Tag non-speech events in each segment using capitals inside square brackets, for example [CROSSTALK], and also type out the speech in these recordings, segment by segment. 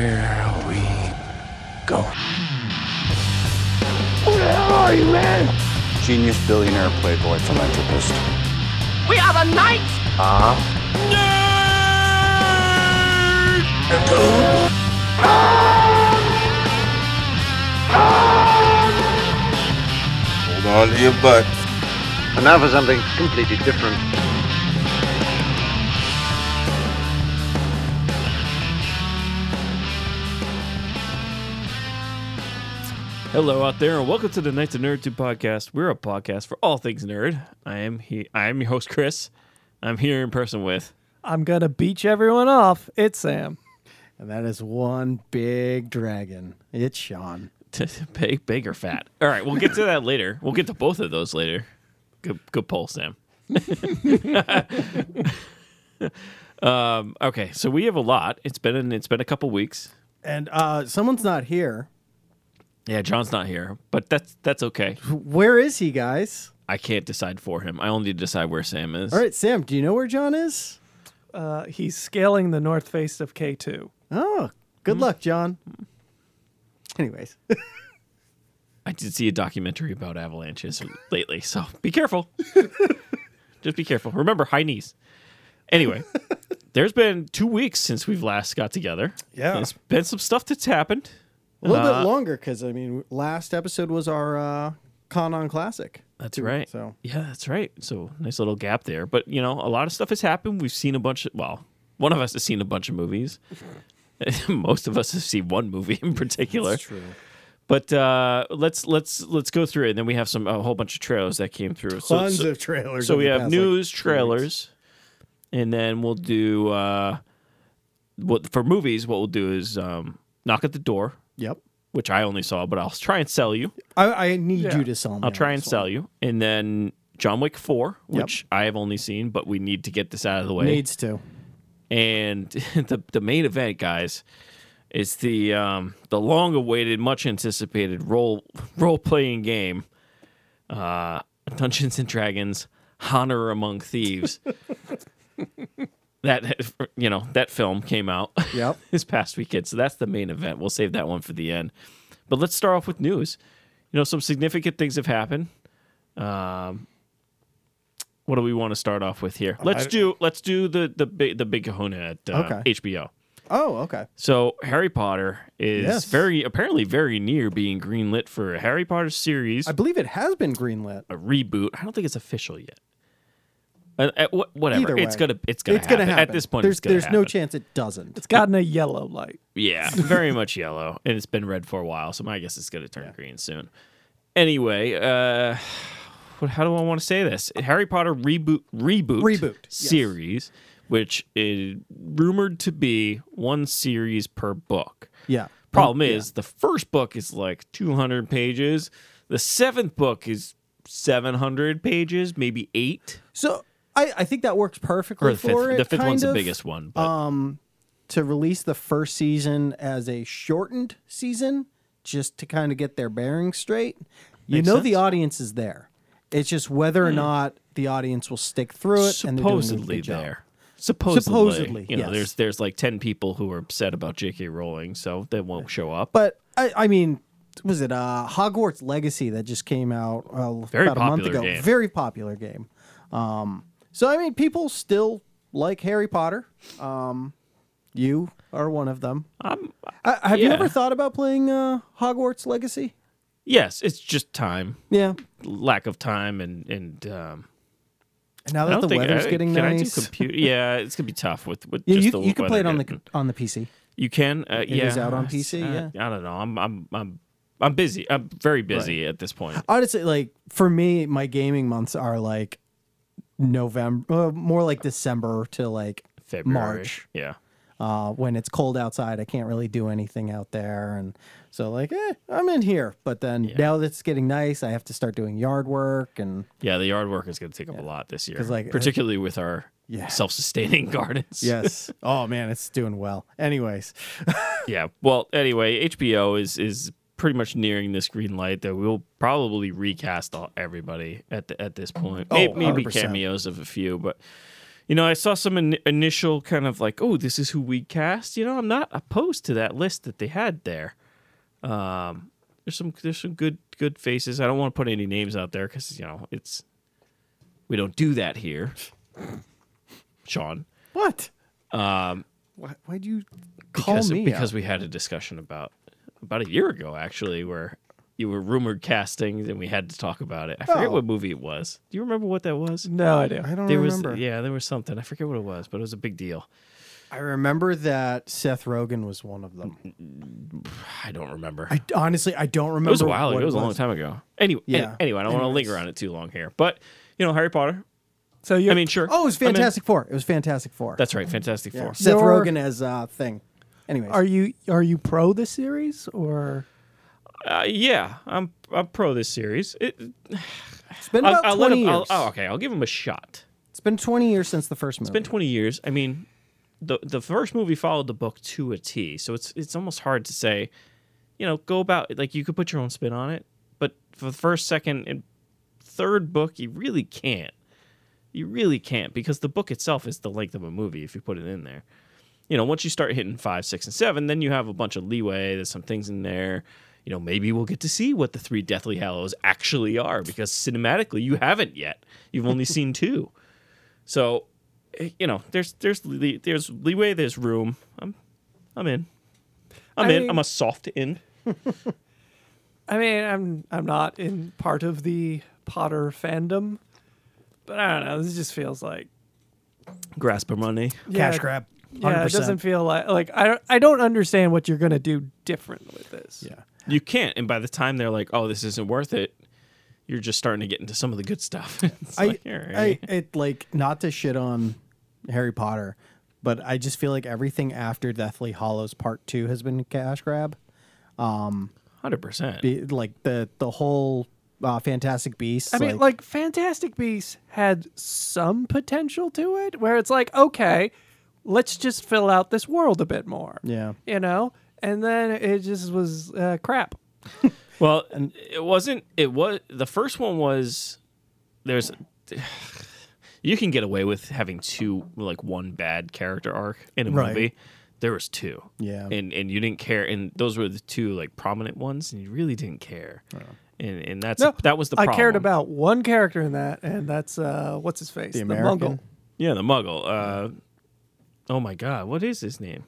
Here we go. Who the hell are you, man? Genius, billionaire, playboy, philanthropist. We are the knights. Ah. Nerd! Hold on to your butts. And now for something completely different. Hello out there, and welcome to the Knights of Nerd Tube podcast. We're a podcast for all things nerd. I am he. I am your host Chris. I'm here in person with. [LAUGHS] I'm gonna beach everyone off. It's Sam. And that is one big dragon. It's Sean. big, big or fat. All right, we'll get to that later. We'll get to both of those later. Good, good poll, Sam. [LAUGHS] um, okay, so we have a lot. It's been an, it's been a couple weeks. And uh, someone's not here. Yeah, John's not here, but that's that's okay. Where is he, guys? I can't decide for him. I only decide where Sam is. All right, Sam, do you know where John is? Uh, he's scaling the north face of K2. Oh, good luck, John. Anyways, [LAUGHS] I did see a documentary about avalanches lately, so be [LAUGHS] careful. Just be careful. Remember high knees. Anyway, there's been two weeks since we've last got together. Yeah. there's been some stuff that's happened. a little bit longer because, I mean, last episode was our uh, Con on Classic. That's right. So, yeah, that's right. So nice little gap there, but you know, a lot of stuff has happened. We've seen a bunch of well, one of us has seen a bunch of movies. [LAUGHS] Most of us have seen one movie in particular. true. But uh, let's let's let's go through it. And then we have some a whole bunch of trailers that came through. So- Tons so, of trailers. So over we the have past, like, news, two weeks. trailers, and then we'll do uh, what for movies. What we'll do is um, knock at the door, Yep. which I only saw, but I'll try and sell you. I, I need Yeah. you to sell me. I'll try and sell sell you, and then John Wick Four, which I have only seen, but we need to get this out of the way. Needs to. and [LAUGHS] the the main event, guys, is the um, the long awaited, much anticipated role [LAUGHS] role playing game, uh, Dungeons and Dragons: Honor Among Thieves. that you know that film came out [LAUGHS] Yep. this past weekend, so that's the main event. We'll save that one for the end, but let's start off with news. You know, some significant things have happened. Um, what do we want to start off with here? Let's do let's do the the big the big Kahuna at uh, Okay. HBO. Oh, okay. So Harry Potter is Yes. very apparently very near being greenlit for a Harry Potter series, I believe it has been greenlit. a reboot. I don't think it's official yet. Uh, uh, wha- whatever, Either it's way. gonna it's gonna, happen. at this point. There's it's gonna there's no happen. chance it doesn't. It's gotten a yellow light. [LAUGHS] Yeah, very much yellow, and it's been red for a while, so my guess it's going to turn green soon. Anyway, uh, what, how do I want to say this? Harry Potter reboot reboot Reboot, yes. series, which is rumored to be one series per book. Yeah. Problem is, the first book is like 200 pages. The seventh book is 700 pages, maybe eight. So I, I think that works perfectly Or the for fifth, it. the fifth kind one's the of, biggest one. But To release the first season as a shortened season, just to kind of get their bearings straight. You Makes know the sense. Hmm. audience is there. It's just whether or not the audience will stick through it. and they're doing a supposedly good job. there. Supposedly, Supposedly, you know, yes. there's there's like ten people who are upset about J.K. Rowling, so they won't show up. But I, I mean, was it uh, Hogwarts Legacy that just came out uh, Very about a month popular ago? game. Very popular game. Um, so I mean, people still like Harry Potter. Um, you are one of them. um, Uh, have you yeah. ever thought about playing uh, Hogwarts Legacy? yes, it's just time, Yeah. lack of time, and and um, I Now that don't the think weather's I, getting can I do nice, [LAUGHS] computer. Yeah, it's gonna be tough with with yeah, just you, the you can play it weather on the getting- c- on the PC. You can. Uh, yeah, is out on it's- PC, uh, I don't know. I'm I'm I'm I'm busy. I'm very busy at this point. Honestly, like for me, my gaming months are like November, uh, more like December to like February. March. Yeah. uh, when it's cold outside. I can't really do anything out there, and so like, eh, I'm in here. But then now that it's getting nice, I have to start doing yard work, and Yeah, the yard work is going to take up a lot this year, 'Cause, like, uh, particularly with our Yeah. self-sustaining [LAUGHS] gardens. [LAUGHS] yes, oh man, it's doing well. Anyways, yeah. Well, anyway, HBO is is pretty much nearing this green light that we'll probably recast all, everybody at the, at this point. May- Oh, maybe 100%. cameos of a few, but You know, I saw some in- initial kind of like, oh, this is who we cast. You know, I'm not opposed to that list that they had there. Um, there's some there's some good good faces. I don't want to put any names out there because you know it's we don't do that here, Sean. What? Why, why'd you call Um, because, me? because out? we had a discussion about about a year ago actually where you were rumored casting and we had to talk about it. I forget Oh. what movie it was. Do you remember what that was? No idea. I don't There was remember. yeah, there was something. I forget what it was, but it was a big deal. I remember that Seth Rogen was one of them. I don't remember. I honestly I don't remember. it was a while what ago. It was a long time ago. Anyway, an- Yeah. anyway, I don't want to linger on it too long here. But you know, Harry Potter. So you I mean, sure. Oh, it was I mean, Fantastic Four. It was Fantastic Four. that's right, Fantastic yeah. Four. Seth Your- Rogen as uh, thing. Anyways, are you are you pro this series or Uh, yeah, I'm I'm pro this series. It, it's been I'll, about I'll let twenty him. I'll, years. oh, okay. I'll give him a shot. It's been twenty years since the first movie. It's been 20 years. I mean, the the first movie followed the book to a T, so it's it's almost hard to say, you know, go about like you could put your own spin on it, but for the first, second, and third book, you really can't. You really can't because the book itself is the length of a movie if you put it in there. You know, once you start hitting five, six, and seven, then you have a bunch of leeway. There's some things in there. You know, maybe we'll get to see what the three Deathly Hallows actually are because cinematically you haven't yet. You've only seen two. So, eh, you know, there's there's le- there's leeway, there's room. I'm I'm in. I'm I in. mean- I'm a soft in. I mean, I'm I'm not in part of the Potter fandom, but I don't know. This just feels like Grasp of money. cash yeah, grab. 100%. Yeah, it doesn't feel like like I don't I don't understand what you're gonna do different with this. Yeah. You can't. And by the time they're like, oh, this isn't worth it, you're just starting to get into some of the good stuff. [LAUGHS] It's I, like, all I right. it like not to shit on Harry Potter, but I just feel like everything after Deathly Hollows Part Two has been a cash grab. 100%. Be, like the the whole uh, Fantastic Beasts. I mean, like, Fantastic Beasts had some potential to it, where it's like, okay, let's just fill out this world a bit more. Yeah. you know, and then it just was uh, crap. Well, it wasn't. It was the first one was there's. [SIGHS] You can get away with having two, like one bad character arc in a Right. movie. There was two, Yeah. and and you didn't care, and those were the two like prominent ones, and you really didn't care, and and that's that was the problem. Oh. I cared about one character in that, and that's uh, what's his face, The Muggle. American? yeah the Muggle. Uh, oh my God, what is his [LAUGHS] name?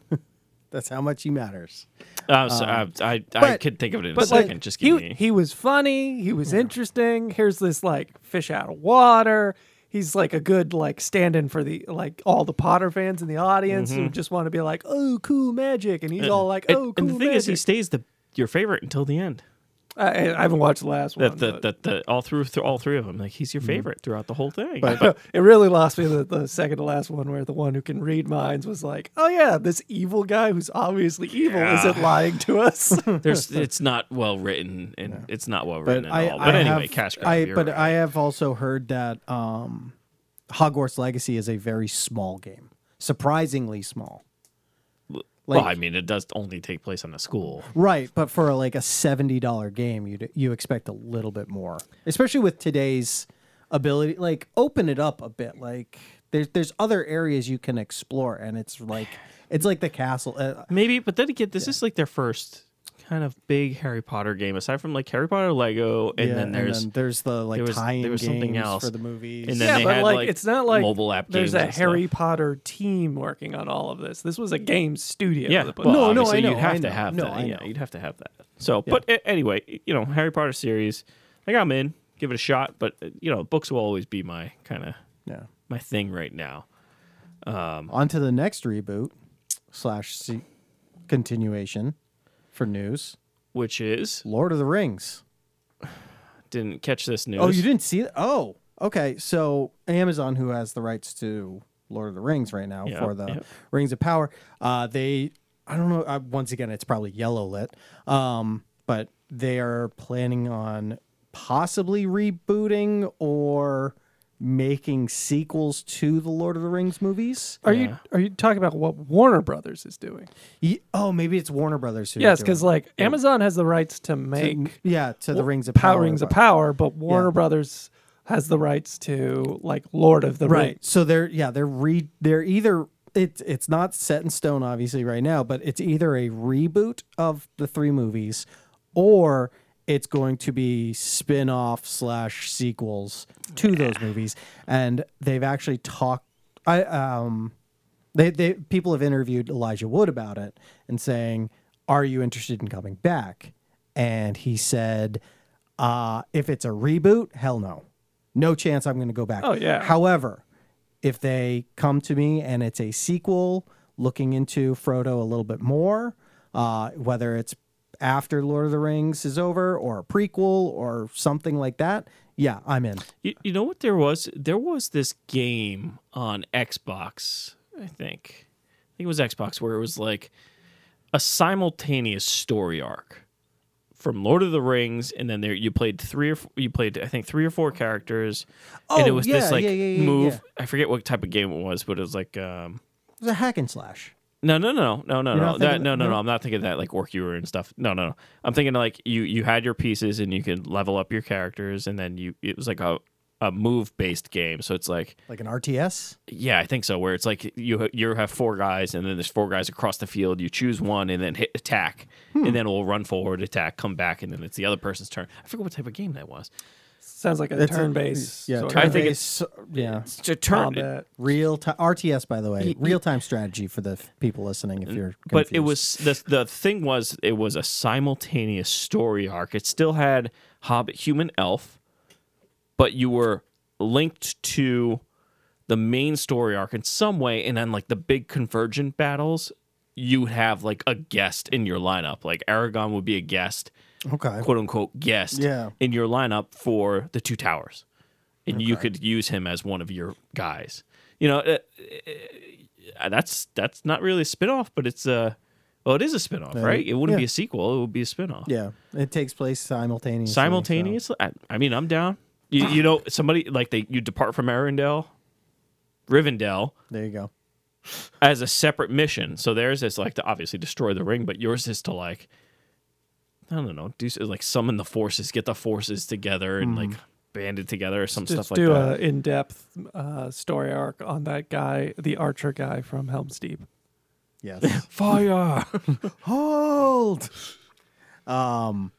that's how much he matters. uh, so, I I, I but- could think of it in a Um, But like, second. Just he give me. he was funny. He was interesting. Here's this like fish out of water. He's like a good like stand-in for the like all the Potter fans in the audience who just want to be like, oh, cool magic, and he's all like, Mm-hmm. And- oh, cool and the thing magic. is, he stays the your favorite until the end. I, I haven't watched the last one. that the, but that the all through, through all three of them like he's your Mm-hmm. favorite throughout the whole thing [LAUGHS] it really lost me the, the second to last one where the one who can read minds was like, oh yeah, this evil guy who's obviously evil isn't lying to us. [LAUGHS] there's it's not well written and it's not well written But at I, all but I anyway have, cash grab I you're but right. I have also heard that um, Hogwarts Legacy is a very small game, surprisingly small. well i like- mean it does only take place on a school Right, but for like a seventy dollar game, you you expect a little bit more, especially with today's ability. Like, open it up a bit. Like, there's there's other areas you can explore, and it's like it's like the castle. Uh, maybe but then again this is like their first kind of big harry potter game aside from like harry potter lego and yeah, then there's there's the like there was- tie-in there was games something else. for the movies. And then- yeah, they but had, like, like, it's not like mobile app There's games a and stuff. Harry Potter team working on all of this. This was a game studio. yeah that put well, it No, on. no, obviously I know, you'd have I to know. have No, that I yeah know. you'd have to have that so but a- anyway you know harry potter series like i'm in give it a shot but uh, you know books will always be my kind of yeah. my thing right now On to the next reboot slash se- continuation for news. which is Lord of the Rings. didn't catch this news Oh, you didn't see it? Oh, okay. So Amazon, who has the rights to Lord of the Rings right now Yeah, for the yeah. Rings of Power, uh, they, I don't know. Uh, once again, it's probably yellow lit, um, but they are planning on possibly rebooting or making sequels to the Lord of the Rings movies. Are you are you talking about what Warner Brothers is doing? Ye- Oh, maybe it's Warner Brothers who. yes, are doing because like Amazon has the rights to it. make yeah to the Rings of Power Power Rings of but- Power, but Warner Yeah. Brothers has the rights to like Lord of the right Rings. so they're yeah they're re they're either it's it's not set in stone obviously right now but it's either a reboot of the three movies or it's going to be spin-off slash sequels to those movies and they've actually talked i um they, they people have interviewed Elijah Wood about it and saying, "Are you interested in coming back?" And he said, uh, "If it's a reboot, hell no, no chance. I'm going to go back." Oh, yeah. However, if they come to me and it's a sequel, looking into Frodo a little bit more, uh, whether it's after Lord of the Rings is over or a prequel or something like that, yeah, I'm in. You, you know what there was? There was this game on Xbox, I think. I think it was Xbox where it was like a simultaneous story arc from Lord of the Rings and then there you played three or four, you played I think three or four characters and it Oh, was yeah, this like yeah, yeah, yeah, move. yeah. I forget what type of game it was, but it was like um It was a hack and slash. no, no, no, no, no, You're no. not thinking That, no, that- no, no, no? I'm not thinking that like work you were and stuff. No, no, no. I'm thinking like you you had your pieces and you could level up your characters and then you it was like a a move based game. So it's like Like an RTS? yeah, I think so. Where it's like you ha- you have four guys and then there's four guys across the field. You choose one and then hit attack Hmm. and then we'll run forward, attack, come back, and then it's the other person's turn. I forget what type of game that was. Sounds like a It's a- turn based. Yeah, I think turn-based, yeah. It's a combat. Real time RTS, by the way, real time strategy for the f- people listening. If you're, confused. but it was the the thing was it was a simultaneous story arc. It still had Hobbit, human, elf, but you were linked to the main story arc in some way, and then like the big convergent battles, you would have like a guest in your lineup. Like Aragon would be a guest, okay. quote unquote guest, Yeah. in your lineup for the two towers, and you could use him as one of your guys. You know, uh, uh, that's that's not really a spinoff, but it's a well, it is a spinoff, right? It wouldn't yeah. be a sequel; it would be a spinoff. Yeah, it takes place simultaneously. so- simultaneously. I, I mean, I'm down. You, you know, somebody like they you depart from Arendelle, Rivendell There you go. as a separate mission. So theirs is like to obviously destroy the ring, but yours is to like I don't know, do s- like summon the forces, get the forces together, and Hmm. like banded together or some Just stuff like do that. a in depth uh, story arc on that guy, the archer guy from Helm's Deep. Yes. [LAUGHS] Fire! Hold. Um,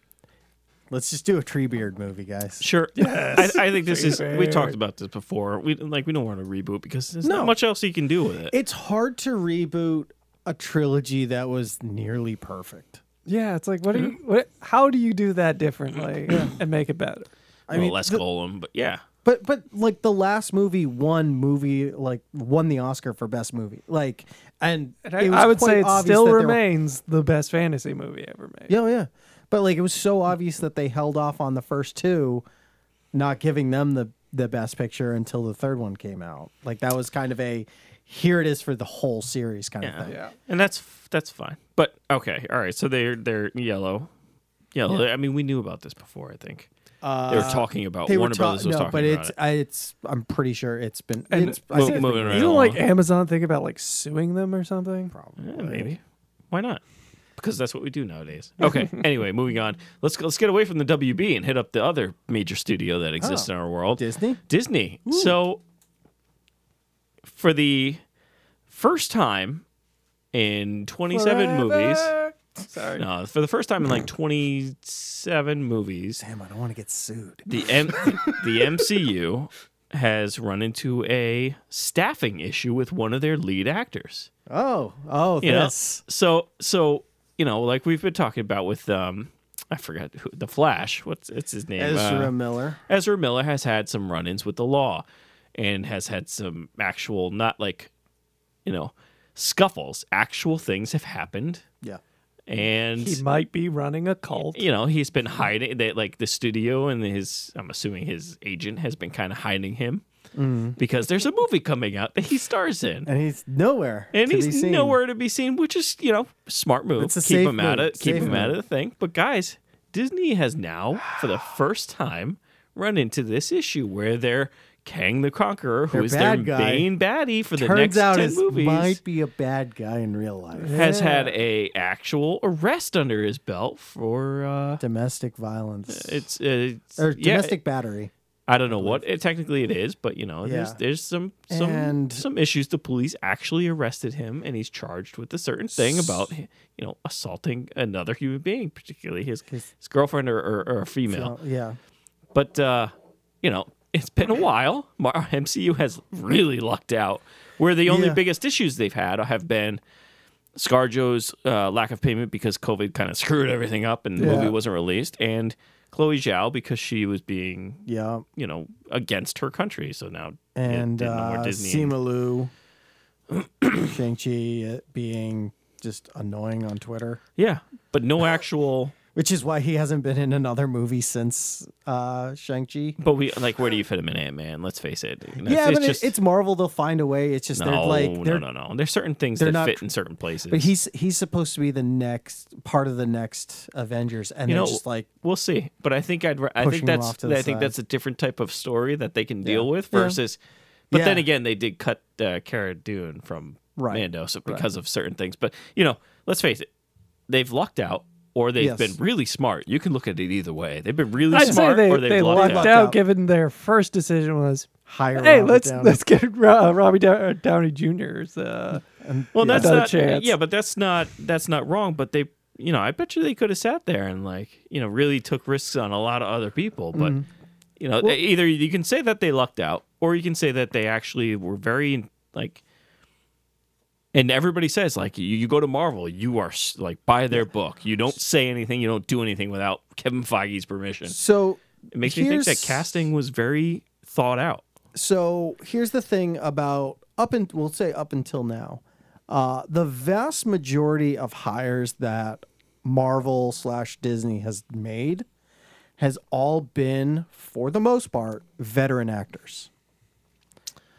let's just do a Treebeard movie, guys. [LAUGHS] Sure. I, I think this is. We talked about this before. We like we don't want to reboot because there's No. not much else you can do with it. It's hard to reboot a trilogy that was nearly perfect. [LAUGHS] Yeah, it's like what do you what how do you do that differently and make it better? I mean, less Golem, but yeah. But but like the last movie won movie like won the Oscar for best movie like and, And I, it was I would quite say it obvious still that they were- remains the best fantasy movie ever made. yeah yeah but like it was so obvious that they held off on the first two, not giving them the the best picture until the third one came out like that was kind of a here it is for the whole series kind of Yeah. thing and that's that's fine. But okay, all right. So they're they're yellow, yellow. I mean, we knew about this before. I think they were talking about Uh, they Warner were ta- Brothers was no talking but about it's it. I, it's I'm pretty sure it's been And- it's Mo- I think moving right Isn't like along. Amazon think about like suing them or something? Yeah, maybe. Why not? Because that's what we do nowadays. Okay. [LAUGHS] anyway, moving on. Let's go- let's get away from the WB and hit up the other major studio that exists in our world, Disney? Disney. So, for the first time in 27 movies, Sorry. no, for the first time in like 27 movies, damn I don't want to get sued the M- [LAUGHS] the MCU has run into a staffing issue with one of their lead actors. oh oh You know? yes So so you know, like we've been talking about with um, I forgot who the Flash. What's it's his name? Ezra Uh, Miller Ezra Miller has had some run-ins with the law, and has had some actual, not like, you know, scuffles. Actual things have happened, yeah and He might be running a cult. you know he's been hiding that like the studio and his i'm assuming his agent has been kind of hiding him Mm. because there's a movie coming out that he stars in and he's nowhere and to be he's seen. nowhere to be seen which is you know smart move It's a keep safe him out move. of keep Safe him out of move. the thing but guys disney has now for the first time run into this issue where they're kang the conqueror who Their is their bad guy main baddie for the Turns next out 10 it movies might be a bad guy in real life. has had a actual arrest under his belt for uh Domestic violence. it's, it's or yeah, domestic battery. I don't know what it technically it is, but you know, there's Yeah. there's some some And- some issues. The police actually arrested him, and he's charged with a certain thing about you know assaulting another human being, particularly his his, His- girlfriend or, or, or a female. So, Oh, yeah. But uh, you know, it's been a while. Mar- MCU has really lucked out. Where the only Yeah. biggest issues they've had have been ScarJo's uh, lack of payment because COVID kind of screwed everything up and the Yeah. movie wasn't released, and Chloe Zhao because she was being Yeah. you know against her country. So now yeah, And didn't know where uh, Disney- Simu Liu, [COUGHS] Shang-Chi uh, being just annoying on Twitter, yeah, but no actual. which is why he hasn't been in another movie since uh, Shang-Chi. But we like where do you fit him in Ant Man? Let's face it. You know, yeah, but it, just- it's Marvel. They'll find a way. It's just no, they're like no, they're no, no. There's certain things they're that not fit tr- in certain places. But he's he's supposed to be the next part of the next Avengers, and you they're know, just like we'll see. But I think I'd. ra- I pushing think him that's. off to the I think side. that's a different type of story that they can deal Yeah. with Yeah. versus. But then Yeah. again, they did cut uh, Cara Dune from Right. Mando so because of certain things. But you know, let's face it, they've lucked out. Or they've Yes. been really smart. You can look at it either way. They've been really I'd say smart, they, or they, they've lucked lucked out. out, given their first decision was, hire. hey, Robert let's Downey. let's get Ro- uh, Robbie Dow- uh, Downey Jr.'s. Uh, Well, that's Another not chance. yeah, but that's not that's not wrong. But they, you know, I bet you they could have sat there and like you know really took risks on a lot of other people. But Mm-hmm. you know, they- either you can say that they lucked out, or you can say that they actually were very like. And everybody says like you, you go to Marvel, you are s- like buy their book. You don't say anything, you don't do anything without Kevin Feige's permission. So It makes me think that here's- casting was very thought out. So here's the thing about up and we'll say up until now, uh, the vast majority of hires that Marvel slash Disney has made has all been, for the most part, veteran actors.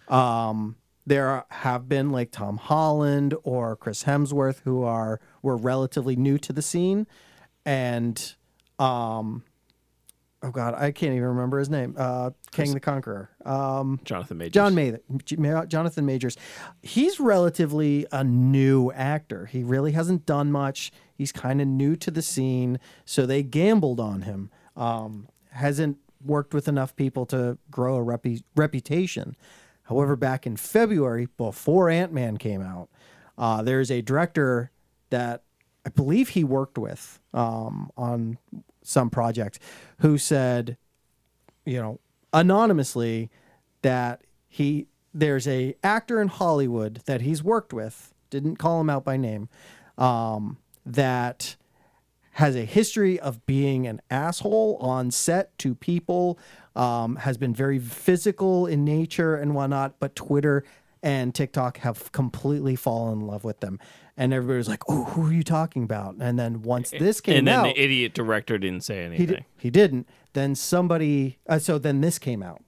Um, there have been like Tom Holland or Chris Hemsworth who are were relatively new to the scene and um oh god I can't even remember his name uh King the Conqueror um Jonathan Majors. John Mather, Jonathan Majors he's relatively a new actor he really hasn't done much he's kind of new to the scene so they gambled on him um hasn't worked with enough people to grow a repu- reputation However, back in February, before Ant Man came out, uh, there is a director that I believe he worked with um, on some project who said, you know, anonymously that he there's a actor in Hollywood that he's worked with, didn't call him out by name, um, that has a history of being an asshole on set to people, um, has been very physical in nature and whatnot, but Twitter and TikTok have completely fallen in love with them. And everybody was like, oh, who are you talking about? And [LAUGHS] then once this came and then out, the idiot director didn't say he, anything. di- he didn't. Then somebody, uh, so then this came out.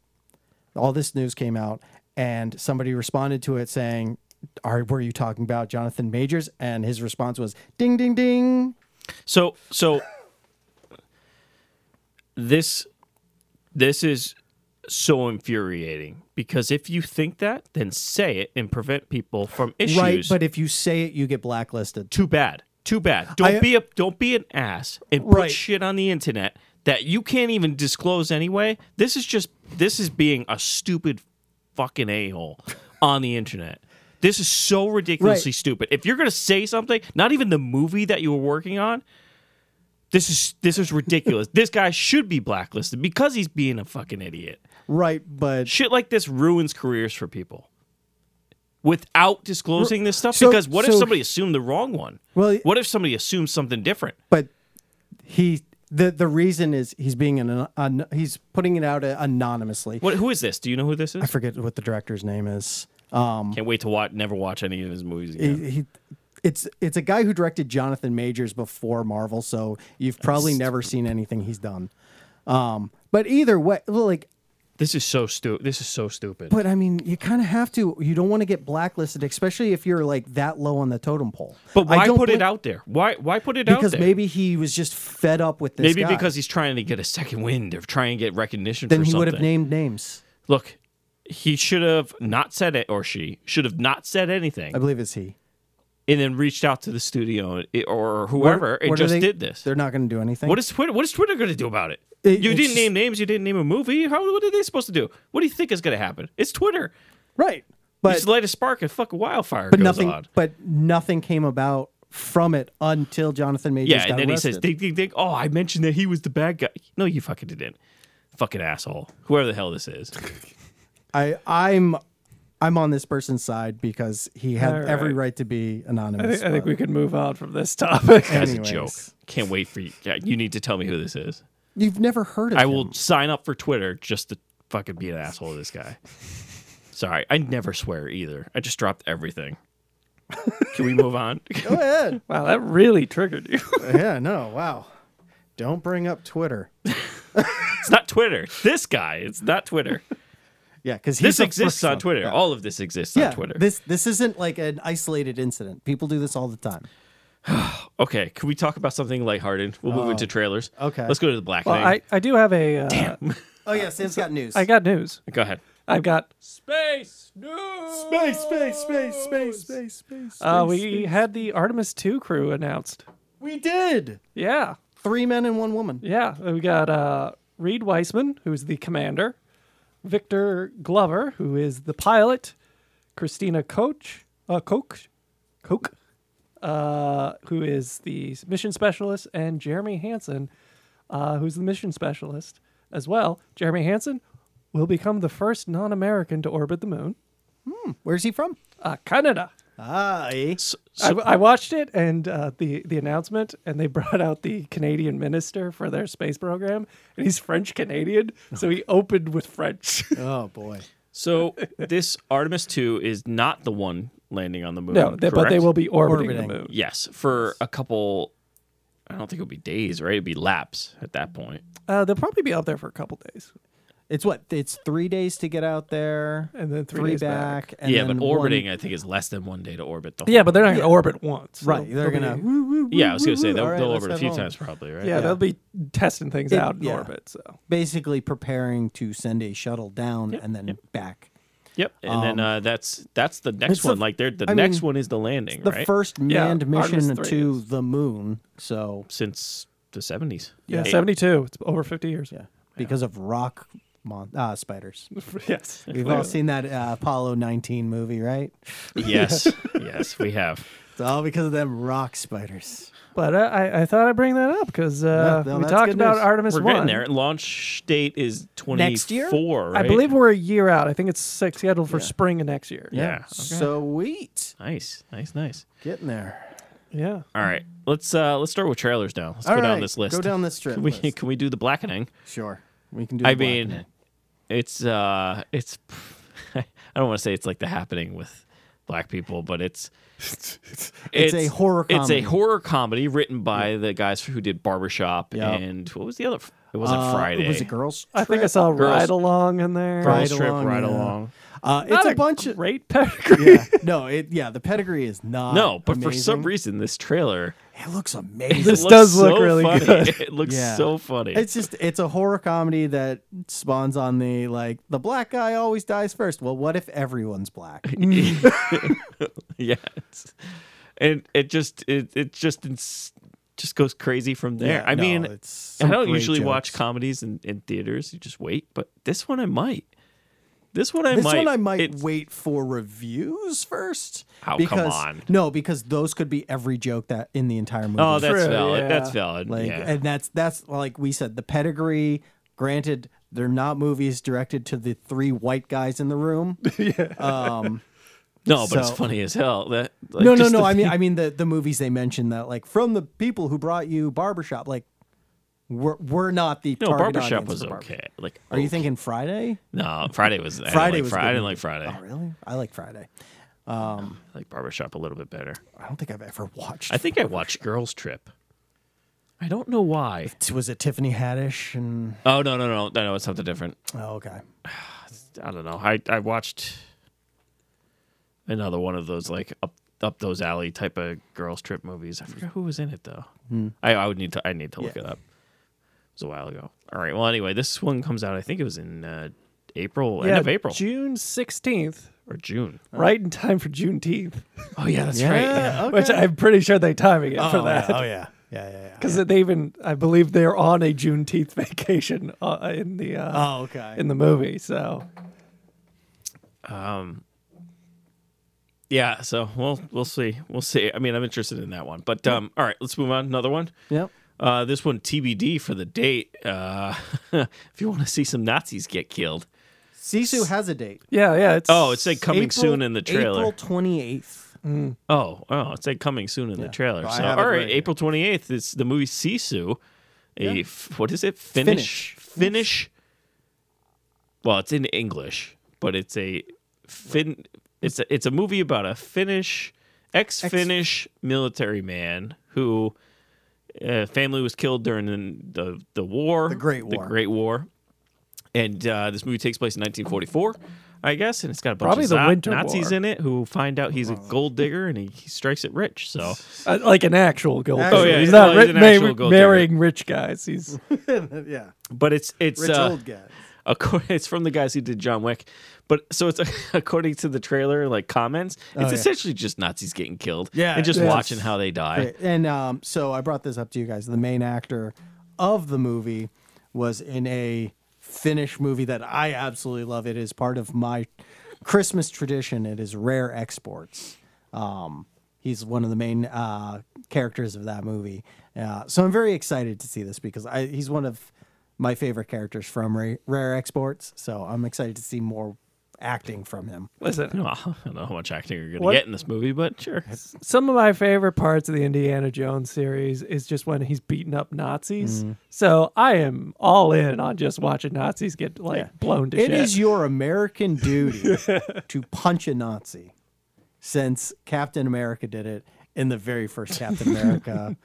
All this news came out, and somebody responded to it saying, are, were you talking about Jonathan Majors? And his response was, ding, ding, ding. So so this this is so infuriating because if you think that, then say it and prevent people from issues. Right, but if you say it, you get blacklisted. too bad. Too bad. Don't I- be a don't be an ass and put Right. shit on the internet that you can't even disclose anyway. This is just this is being a stupid fucking a-hole [LAUGHS] on the internet. This is so ridiculously Right. stupid. If you're gonna say something, not even the movie that you were working on, this is this is ridiculous. [LAUGHS] this guy should be blacklisted because he's being a fucking idiot. Right, but Shit like this ruins careers for people without disclosing this stuff. So- because what if so- somebody assumed the wrong one? Well, what if somebody assumes something different? but he the the reason is he's being an, an he's putting it out anonymously. What? Who is this? Do you know who this I is? forget what the director's name is. Um, Can't wait to watch. Never watch any of his movies again. he, he- it's it's a guy who directed Jonathan Majors before Marvel, so you've probably never seen anything he's done. Um, but either way, well, like this is so stupid. This is so stupid. But I mean, you kind of have to. You don't want to get blacklisted, especially if you're like that low on the totem pole. But I why don't put it bl- out there? Why? Why put it out Because there? maybe he was just fed up with this. Maybe guy. because he's trying to get a second wind or trying to get recognition. then for he something. would have named names. Look, he should have not said it, or she should have not said anything. I believe it's he. and then reached out to the studio it- or whoever and What are just they- did this. They're not going to do anything. What is Twitter? What is Twitter going to do about it? It- you it's- didn't name names. You didn't name a movie. How? What are they supposed to do? What do you think is going to happen? It's Twitter. right? you But just light a spark and fucking wildfire but goes nothing. on. But nothing came about from it until Jonathan Majors. Yeah, got and then he says, arrested. "Ding, ding, ding." Oh, I mentioned that he was the bad guy. No, you fucking didn't. Fucking asshole. Whoever the hell this is. I I'm I'm on this person's side because he had All right. every right to be I anonymous. think, I think but- we can move on from [LAUGHS] this topic. That's Anyways. a joke. Can't wait for you. yeah, You need to tell me who this is. You've never heard of I him. will sign up for Twitter just to fucking be an asshole to this guy. Sorry, I never swear either. I just dropped everything. Can we move on? [LAUGHS] Go ahead. wow, that really triggered you. yeah, no, wow. Don't bring up Twitter. it's not Twitter. This guy. It's not [LAUGHS] Twitter. Yeah, because This exists on Twitter. All of this exists Yeah, on Twitter. this this isn't like an isolated incident. People do this all the time. Okay, can we talk about something lighthearted? We'll move into trailers. okay. Let's go to the black [LAUGHS] Well, Knight. I, I do have a. Uh, [LAUGHS] Oh yeah, Sam's got news. I got news. Go ahead. I've got Space news. space, space, space, space, space, space. Uh, we had the Artemis 2 crew announced. we did Yeah, three men and one woman. yeah. We got uh, Reed Weissman, who is the commander, Victor Glover, who is the pilot, Christina Koch, uh, Koch, Koch, uh, who is the mission specialist, and Jeremy Hansen, uh, who's the mission specialist as well. Jeremy Hansen will become the first non-American to orbit the moon. Where's he from? Uh, Canada. Ah, eh? I, I watched it and uh, the the announcement, and they [LAUGHS] brought out the Canadian minister for their space program, and he's French Canadian, so he opened with French. oh boy. So this Artemis two is not the one landing on the moon. [LAUGHS] no, they, but they correct? will be orbiting, Orbiting. the moon. Yes, for a couple. I don't think it'll be days, right? It'll be laps at that point. Uh, they'll probably be up there for a couple days, It's what? It's three days to get out there, and then three, three, days back. back. and yeah, then but orbiting, I think, is less than one day to orbit the. Yeah, but they're not going to orbit once. One, right? They'll- They're they'll gonna. be- woo, woo, yeah, I woo, was gonna woo, say woo. they'll, All right, they'll let's orbit a have few all- times probably, right? [LAUGHS] yeah, they'll be testing things It- out in yeah. orbit. So Basically, preparing to send a shuttle down and then back. Yep. And then uh, that's that's the next Um, it's the- one. like they're the I next mean, one is the landing, The right? first manned Artemis mission three to is- the moon. So Since the seventies. yeah, Yeah. seventy two. It's over fifty years. yeah, because of rock mon- uh, spiders. [LAUGHS] yes. We've all seen that uh, Apollo 19 movie, right? [LAUGHS] Yes. yes, we have. It's all because of them rock spiders. But uh, I I thought I'd bring that up because uh, no, we that's talked good about news. Artemis We're one getting there. Launch date is twenty Next year? four, right? I believe we're a year out. I think it's six scheduled for spring of next year. Yeah. Oh, Sweet. Nice, nice, nice. Getting there. Yeah. All right. Let's uh let's start with trailers now. Let's All go down right, this list. Go down this [LAUGHS] trip. Can we list. can we do the blackening? Sure. We can do I the black mean, man. it's uh, it's. [LAUGHS] I don't want to say it's like the happening with black people, but it's. [LAUGHS] It's a horror It's a comedy. horror comedy written by the guys who did Barbershop Yep. and what was the other? It wasn't Uh, Friday. It was a girls. I think I saw Ride Along in there. Girls Ride Trip, Along, Ride yeah. Along. Uh, it's Not a bunch of great pedigree. yeah. No, it yeah, the pedigree is not No, but for some Uh, amazing. reason, this trailer it looks amazing. This looks does look so really funny. [LAUGHS] good. It looks Yeah. so funny. [LAUGHS] It's just it's a horror comedy that spawns on the like the black guy always dies first. Well, what if everyone's black? yeah, it's, and it just it it just ins- just goes crazy from there. Yeah, I no, mean, it's I some don't great usually watch jokes. comedies in, in theaters. You just wait, but this one I might. This one I This might. one I might It's- wait for reviews first. Oh, come because, on. No, because those could be every joke that in the entire movie. Oh, that's True, valid. yeah. That's valid. like yeah. and that's that's like we said, the pedigree, granted, they're not movies directed to the three white guys in the room. no, but it's so- funny as hell. That like, no, no, just no. the- [LAUGHS] I mean, I mean the the movies they mentioned that like from the people who brought you Barbershop, like we're we're not the no. target Barbershop audience was for okay. Barbershop. Like, Are you thinking Friday? no? Friday was. I Friday Friday was was. Friday, I good. didn't like Friday. Oh, really? I like Friday. I like Barbershop a little bit better. I don't think I've ever watched. I think I watched Girls Trip. I don't know why. was it Tiffany Haddish and Oh no no no no no! It's something different. [LAUGHS] oh okay. I don't know. I I watched another one of those like up up those alley type of girls trip movies. I forgot who was in it though. I I would need to I need to look Hmm. Yeah. it up. It was a while ago. All right. Well, anyway, this one comes out. I think it was in uh, April, end of April June 16th, or June. right in time for Juneteenth, Oh yeah, that's Yeah, okay. which I'm pretty sure they timing it for that. Yeah, oh yeah. Yeah, [LAUGHS] yeah, yeah. Because they even, I believe, they're on a Juneteenth [LAUGHS] vacation uh, in the uh, Oh, okay. in the movie. So Yeah, so we'll we'll see. We'll see. I mean, I'm interested in that one. But um all right, let's move on. Another one. yep. Uh this one TBD for the date. Uh [LAUGHS] if you want to see some Nazis get killed. Sisu has a date. yeah, yeah. It's Oh, it said coming April- soon in the trailer. April 28th. Oh, oh, it said coming soon in the trailer. I So have all it right, right here. April 28th it's the movie Sisu. A f- what is it? Finnish Finnish Well, it's in English, but it's a fin it's a, it's a movie about a Finnish ex-Finnish military man who uh, family was killed during the, the the war, the Great the War. Great War, and uh, this movie takes place in 1944, I guess, and it's got a bunch Probably of the Za- Winter Nazis War. in it who find out he's a gold digger and he, he strikes it rich. [LAUGHS] So uh, like an actual gold. Actual- digger. Oh, yeah, he's yeah, not well, he's ri- an ma- actual gold digger. marrying rich guys. He's [LAUGHS] yeah. but it's it's Rich uh, [LAUGHS] old guys. acco- it's from the guys who did John Wick, but so it's [LAUGHS] according to the trailer like comments, Oh, it's yeah. essentially just Nazis getting killed, Yeah, and just yeah. watching how they die. Great. And um, so I brought this up to you guys. The main actor of the movie was in a Finnish movie that I absolutely love. It is part of my Christmas tradition. It is Rare Exports. Um, he's one of the main uh, characters of that movie. Uh, so I'm very excited to see this because I, he's one of my favorite characters from Ra- Rare Exports. So I'm excited to see more acting from him. listen. Well, I don't know [LAUGHS] how much acting you're gonna What- get in this movie, but sure. Some of my favorite parts of the Indiana Jones series is just when he's beating up Nazis. Mm-hmm. So I am all in on just watching Nazis get like blown to It is shit. your American duty to punch a Nazi since Captain America did it in the very first Captain America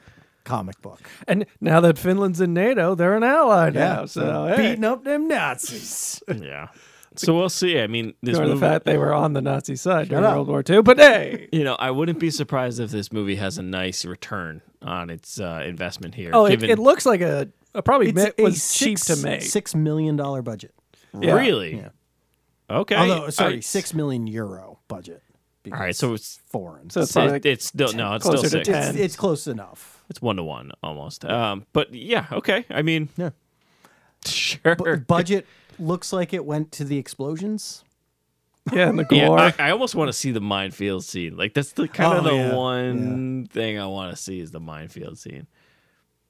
comic book. and now that Finland's in NATO, they're an ally now. So hey, beating up them Nazis. [LAUGHS] Yeah. So we'll see. I mean, this ignore the movie, fact they were on the Nazi side during up. World War II. But [LAUGHS] hey, you know, I wouldn't be surprised if this movie has a nice return on its uh, investment here. oh, it, given- it looks like a, a probably It's it a was six, cheap to make. Six million dollar budget. yeah. really Yeah. okay. Although, sorry, I- six million euro budget. All right, so it's foreign. So it's it- like it's still no, it's still closer to six. 10. it's, it's close enough. It's one to one almost. Um, but yeah, okay. I mean, Yeah. [LAUGHS] sure. Bu- budget looks like it went to the explosions. yeah, [LAUGHS] and the yeah, gore. I, I almost want to see the minefield scene. Like that's the kind of Oh, the yeah, one thing I want to see is the minefield scene.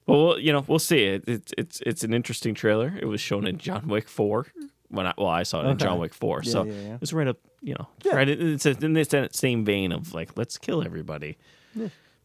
Well, we'll- you know, we'll see. It, it's it's it's an interesting trailer. It was shown in John Wick Four. When I well, I saw it in John Wick Four, so yeah, yeah. it's right up. You know, it's right. in- It's in this same vein of like, let's kill everybody.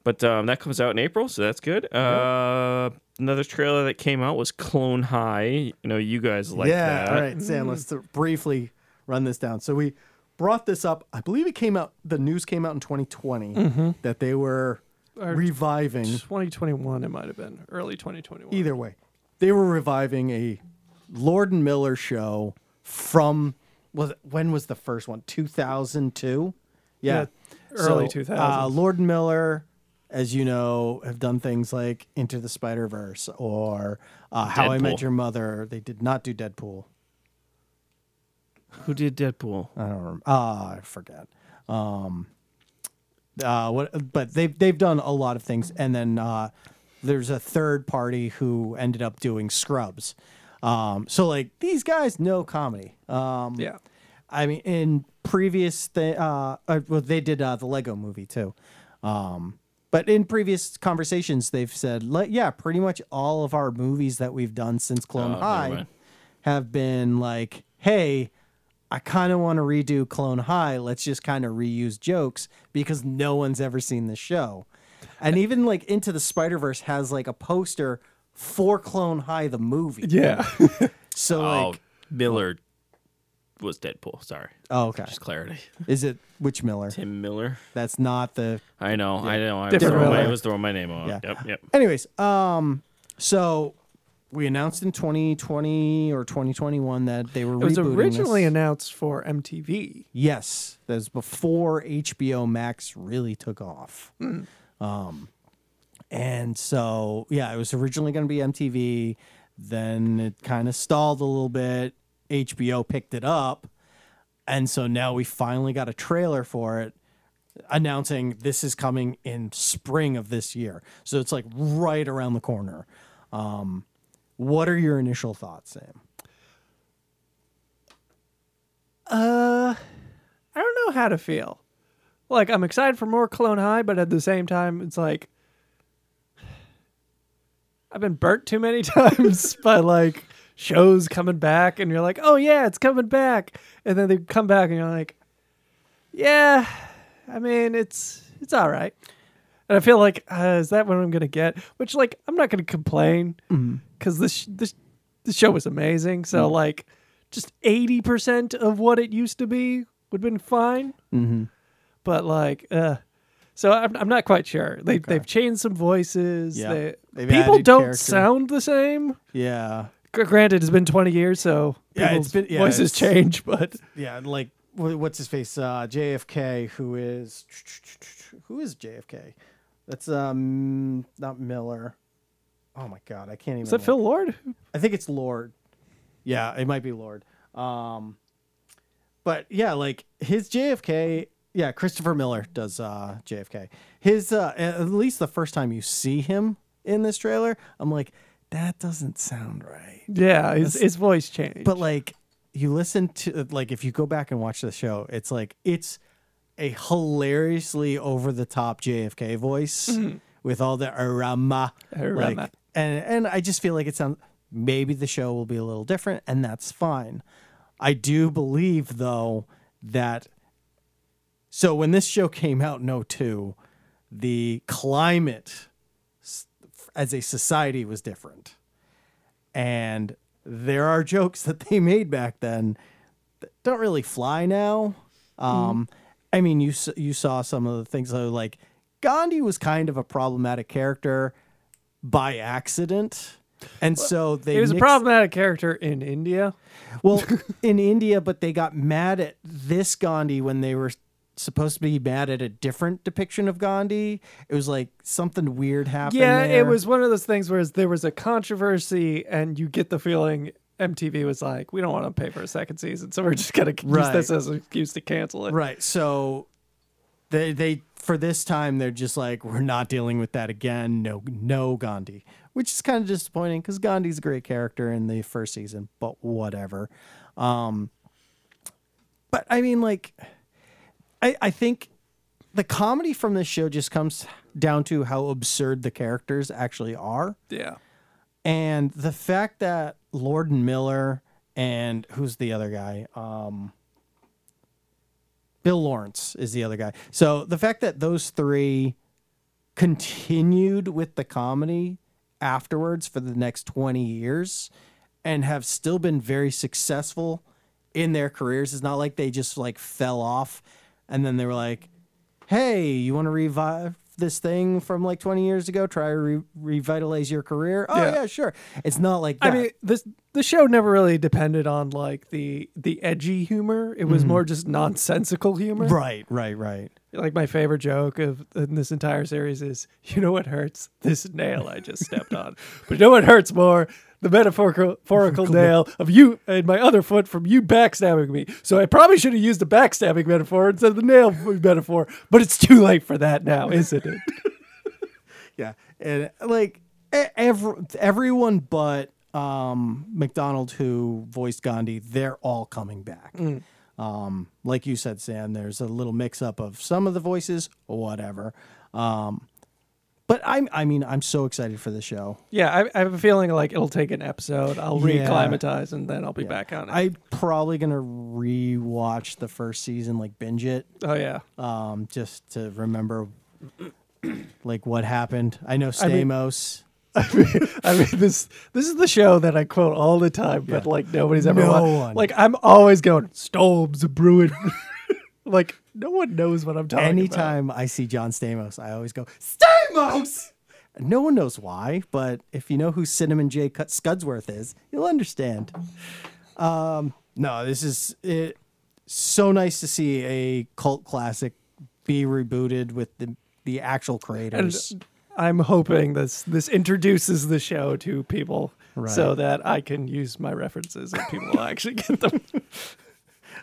But um, that comes out in April, so that's good. Uh, Another trailer that came out was Clone High. You know, you guys like yeah, that. Mm. all right, Sam. Let's th- briefly run this down. So we brought this up. I believe it came out. The news came out in 2020 Mm-hmm. that they were Or- reviving. 2021, it might have been early 2021. Either way, they were reviving a Lord and Miller show from was when was the first one? 2002. Yeah, Yeah, early So, 2000s. Uh, Lord and Miller. As you know, have done things like Into the Spider Verse or uh, How I Deadpool. Met Your Mother. They did not do Deadpool. Who did Deadpool? I don't remember. Ah, I forget. Um, uh, what? But they've they've done a lot of things, and then uh, there's a third party who ended up doing Scrubs. Um, so like these guys know comedy. Um, Yeah. I mean, in previous thi- uh, uh, well, they did uh, the Lego Movie too. Um, but in previous conversations, they've said, like, yeah, pretty much all of our movies that we've done since Oh, Clone never High mind. have been like, hey, I kind of want to redo Clone High. Let's just kind of reuse jokes because no one's ever seen the show. And even like Into the Spider Verse has like a poster for Clone High, the movie. yeah. So Oh, like, Miller was Deadpool. Sorry, oh, okay. just clarity. Is it which [LAUGHS] Miller? Tim Miller. That's not the I know. I know. I was, Different throwing my, Miller. I was throwing my name on. Yeah. Yep. Yep. Anyways, um, so we announced in 2020 or 2021 that they were It was originally this. announced for MTV. yes, that was before HBO Max really took off. Um, and so yeah, it was originally going to be MTV. Then it kind of stalled a little bit. HBO picked it up, and so now we finally got a trailer for it announcing this is coming in spring of this year. So it's like right around the corner. Um, what are your initial thoughts, Sam? I don't know how to feel. Like I'm excited for more Clone High, but at the same time, it's like [SIGHS] I've been burnt too many [LAUGHS] times by like shows coming back, and you're like, oh yeah, it's coming back, and then they come back, and you're like, yeah, I mean, it's it's all right. And I feel like uh, is that what I'm gonna get? Which like I'm not gonna complain Mm-hmm. because this this the show was amazing. So like, just eighty percent of what it used to be would have been fine. Mm-hmm. But like, uh, so I'm, I'm not quite sure. They they've changed some voices. Yeah. They- They've people added don't character. sound the same. Yeah. Gr- Granted, it's been twenty years, so Yeah, people's it's been- yeah, voices it's- change. [LAUGHS] But Yeah, like wh- what's his face? Uh, JFK, who is who is JFK? That's um not Miller. Oh my god, I can't even. is that look. Phil Lord? I think it's Lord. Yeah, it might be Lord. Um, but yeah, like his JFK. Yeah, Christopher Miller does uh, JFK. His uh, at least the first time you see him in this trailer, I'm like, that doesn't sound right. Yeah, his, his voice changed. But like you listen to like if you go back and watch the show, it's like it's a hilariously over the top JFK voice with all the arama, Arama. like, and and I just feel like it sounds maybe the show will be a little different and that's fine. I do believe though that so when this show came out in 02, the climate s- as a society was different and there are jokes that they made back then that don't really fly now. Um, I mean, you s- you saw some of the things though, like Gandhi was kind of a problematic character by accident, and so they he was a nixed- problematic character in India. [LAUGHS] [LAUGHS] well, in India, but they got mad at this Gandhi when they were supposed to be mad at a different depiction of Gandhi. It was like something weird happened. Yeah, it there. was one of those things where there was a controversy, and you get the feeling MTV was like, we don't want to pay for a second season, so we're just going to use Right. this as an excuse to cancel it. Right. So they they for this time they're just like we're not dealing with that again. No no Gandhi, which is kind of disappointing because Gandhi's a great character in the first season, but whatever. Um, but I mean, like, I I think the comedy from this show just comes down to how absurd the characters actually are. Yeah. And the fact that Lord and Miller and who's the other guy? Um, Bill Lawrence is the other guy. So the fact that those three continued with the comedy afterwards for the next 20 years and have still been very successful in their careers. It's not like they just like fell off and then they were like, hey, you want to revive this thing from like 20 years ago? Try to re- revitalize your career? Oh, yeah. Yeah. sure. It's not like I that. mean, this the show never really depended on like the the edgy humor. It was Mm-hmm. more just nonsensical humor. right, right, right. Like my favorite joke of in this entire series is, you know what hurts? This nail I just stepped on. But you know what hurts more? The metaphorical metaphorical nail of you and my other foot from you backstabbing me. So I probably should have used the backstabbing metaphor instead of the nail metaphor. But it's too late for that now, isn't it? Yeah, and like e- every, everyone but um, McDonald who voiced Gandhi, they're all coming back. Mm. Um, like you said, Sam, there's a little mix up of some of the voices, whatever. Um, but I'm, I mean, I'm so excited for the show. [LAUGHS] Yeah, I, I have a feeling like it'll take an episode. I'll Yeah. reacclimatize and then I'll be back on it. I'm probably gonna rewatch the first season, like binge it, oh yeah, um, just to remember like what happened. I know I mean- Stamos. I mean this this is the show that I quote all the time, but like nobody's ever No wa- one. Like I'm always going storms a brewing. [LAUGHS] like no one knows what I'm talking about. Anytime I see John Stamos, I always go, Stamos! No one knows why, but if you know who Cinnamon J. Cut- Scudsworth is, you'll understand. Um, no, this is it, so nice to see a cult classic be rebooted with the, the actual creators. And uh, I'm hoping this this introduces the show to people so that I can use my references and people will actually get them.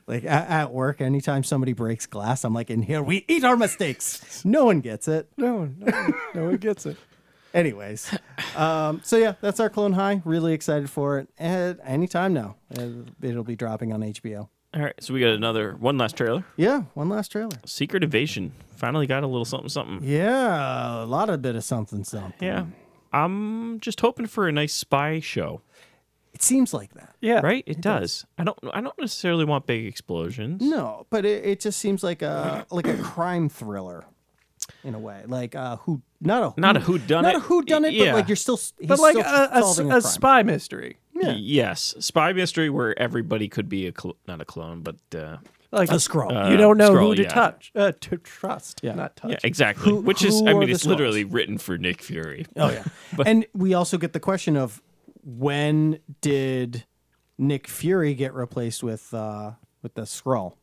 Like at, at work, anytime somebody breaks glass, I'm like, in here we eat our mistakes. no one gets it. No one, no one, no one gets it. Anyways, um, so yeah, that's our Clone High. Really excited for it. At any time now, Uh, it'll be dropping on HBO. All right, so we got another one last trailer. Yeah, one last trailer. Secret Invasion finally got a little something something. Yeah, a lot of bit of something something. Yeah. I'm just hoping for a nice spy show, It seems like that. Yeah, right? It, does. I don't I don't necessarily want big explosions. No, but it, it just seems like a like a crime thriller, in a way. Like uh, who not a who, Not a whodunit. not a who done it, Yeah. but like you're still he's but like still a, a, solving a crime. spy mystery, Y- Yes, spy mystery where everybody could be a cl- not a clone, but uh, like A uh, scroll. you don't know scroll, who to yeah. touch, uh, to trust, not touch. yeah, exactly. Who- Which is who I are mean the it's literally written for Nick Fury. Oh yeah. and we also get the question of when did Nick Fury get replaced with uh, with the Skrull?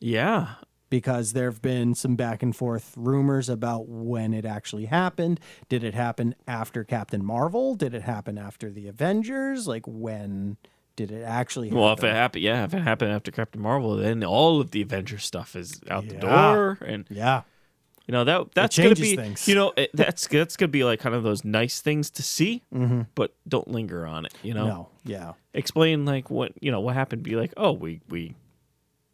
Yeah. Because there have been some back and forth rumors about when it actually happened. Did it happen after Captain Marvel? Did it happen after the Avengers? Like when did it actually happen? Well, if it happened, yeah, if it happened after Captain Marvel, then all of the Avengers stuff is out the Yeah. door, and yeah. you know that that's gonna changes be things. you know it, that's that's gonna be like kind of those nice things to see, but don't linger on it. You know, Mm-hmm. No. Yeah. explain like what you know what happened. Be like, oh, we we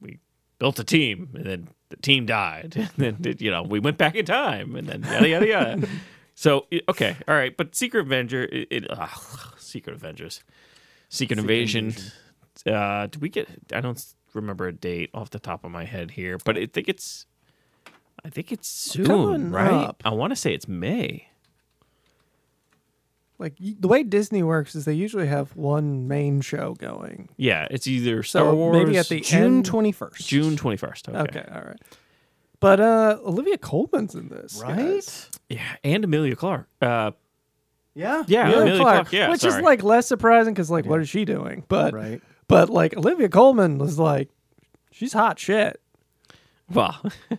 we built a team, and then the team died, [LAUGHS] and then did- you know we went back in time, and then yada yada [LAUGHS] yada. So i- okay, all right, but Secret Avenger, it, it ugh, Secret Avengers, Secret, Invasion. Uh, do we get? I don't s- remember a date off the top of my head here, but I think it's, I think it's soon, Coming right? up. I want to say it's May. Like y- the way Disney works is they usually have one main show going. Yeah, it's either So Star Wars maybe at the June end- twenty first. June twenty first. Okay, all right. But uh Olivia Coleman's in this, guys. Right? Yeah, and Amelia Clark. Uh, Yeah. yeah, Amelia Clark, Oh, yeah, which sorry. is like less surprising because like, what is she doing? But Right. but like Olivia Coleman was like, she's hot shit. [LAUGHS] well, [LAUGHS]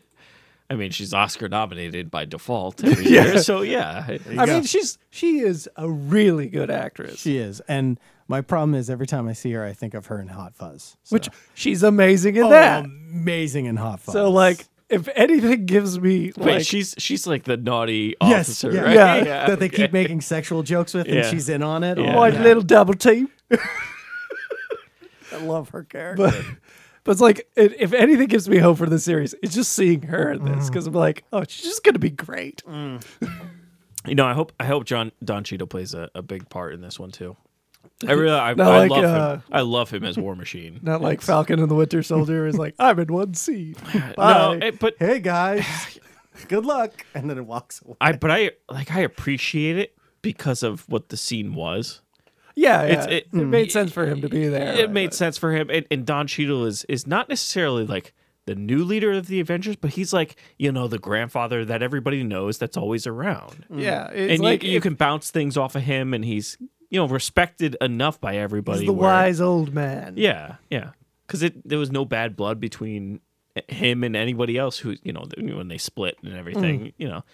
I mean, she's Oscar nominated by default [LAUGHS] every year, so yeah, I mean, she's she is a really good actress, She is. And my problem is every time I see her, I think of her in Hot Fuzz. So- which she's amazing in Oh, that. amazing in Hot Fuzz. So like, if anything gives me like, Wait, she's she's like the naughty yes, officer, yeah, right? yeah, Yeah, that they keep making sexual jokes with, and Yeah. she's in on it. Yeah. Oh, like yeah. little [LAUGHS] double team. I love her character. But but it's like it, if anything gives me hope for the series, it's just seeing her in Mm. this because I'm like, oh, she's just gonna be great. Mm. You know, I hope I hope John Don Cheadle plays a, a big part in this one too. I really, I, No, I like, love uh, him. I love him as War Machine. Not like Falcon and the Winter Soldier is like, I'm in [LAUGHS] one seat. no, Bye. it- but [LAUGHS] hey guys, good luck, and then it walks away. I but I like I appreciate it because of what the scene was. Yeah, It's- yeah. it- it, made sense for him to be there. Mm. It made sense for him. And, and Don Cheadle is is not necessarily like the new leader of the Avengers, but he's like you know the grandfather that everybody knows that's always around, Yeah, it's and like you, you can bounce things off of him, and he's you know respected enough by everybody. he's the where- wise old man. Yeah, yeah, because it there was no bad blood between him and anybody else who you know when they split and everything, Mm. you know.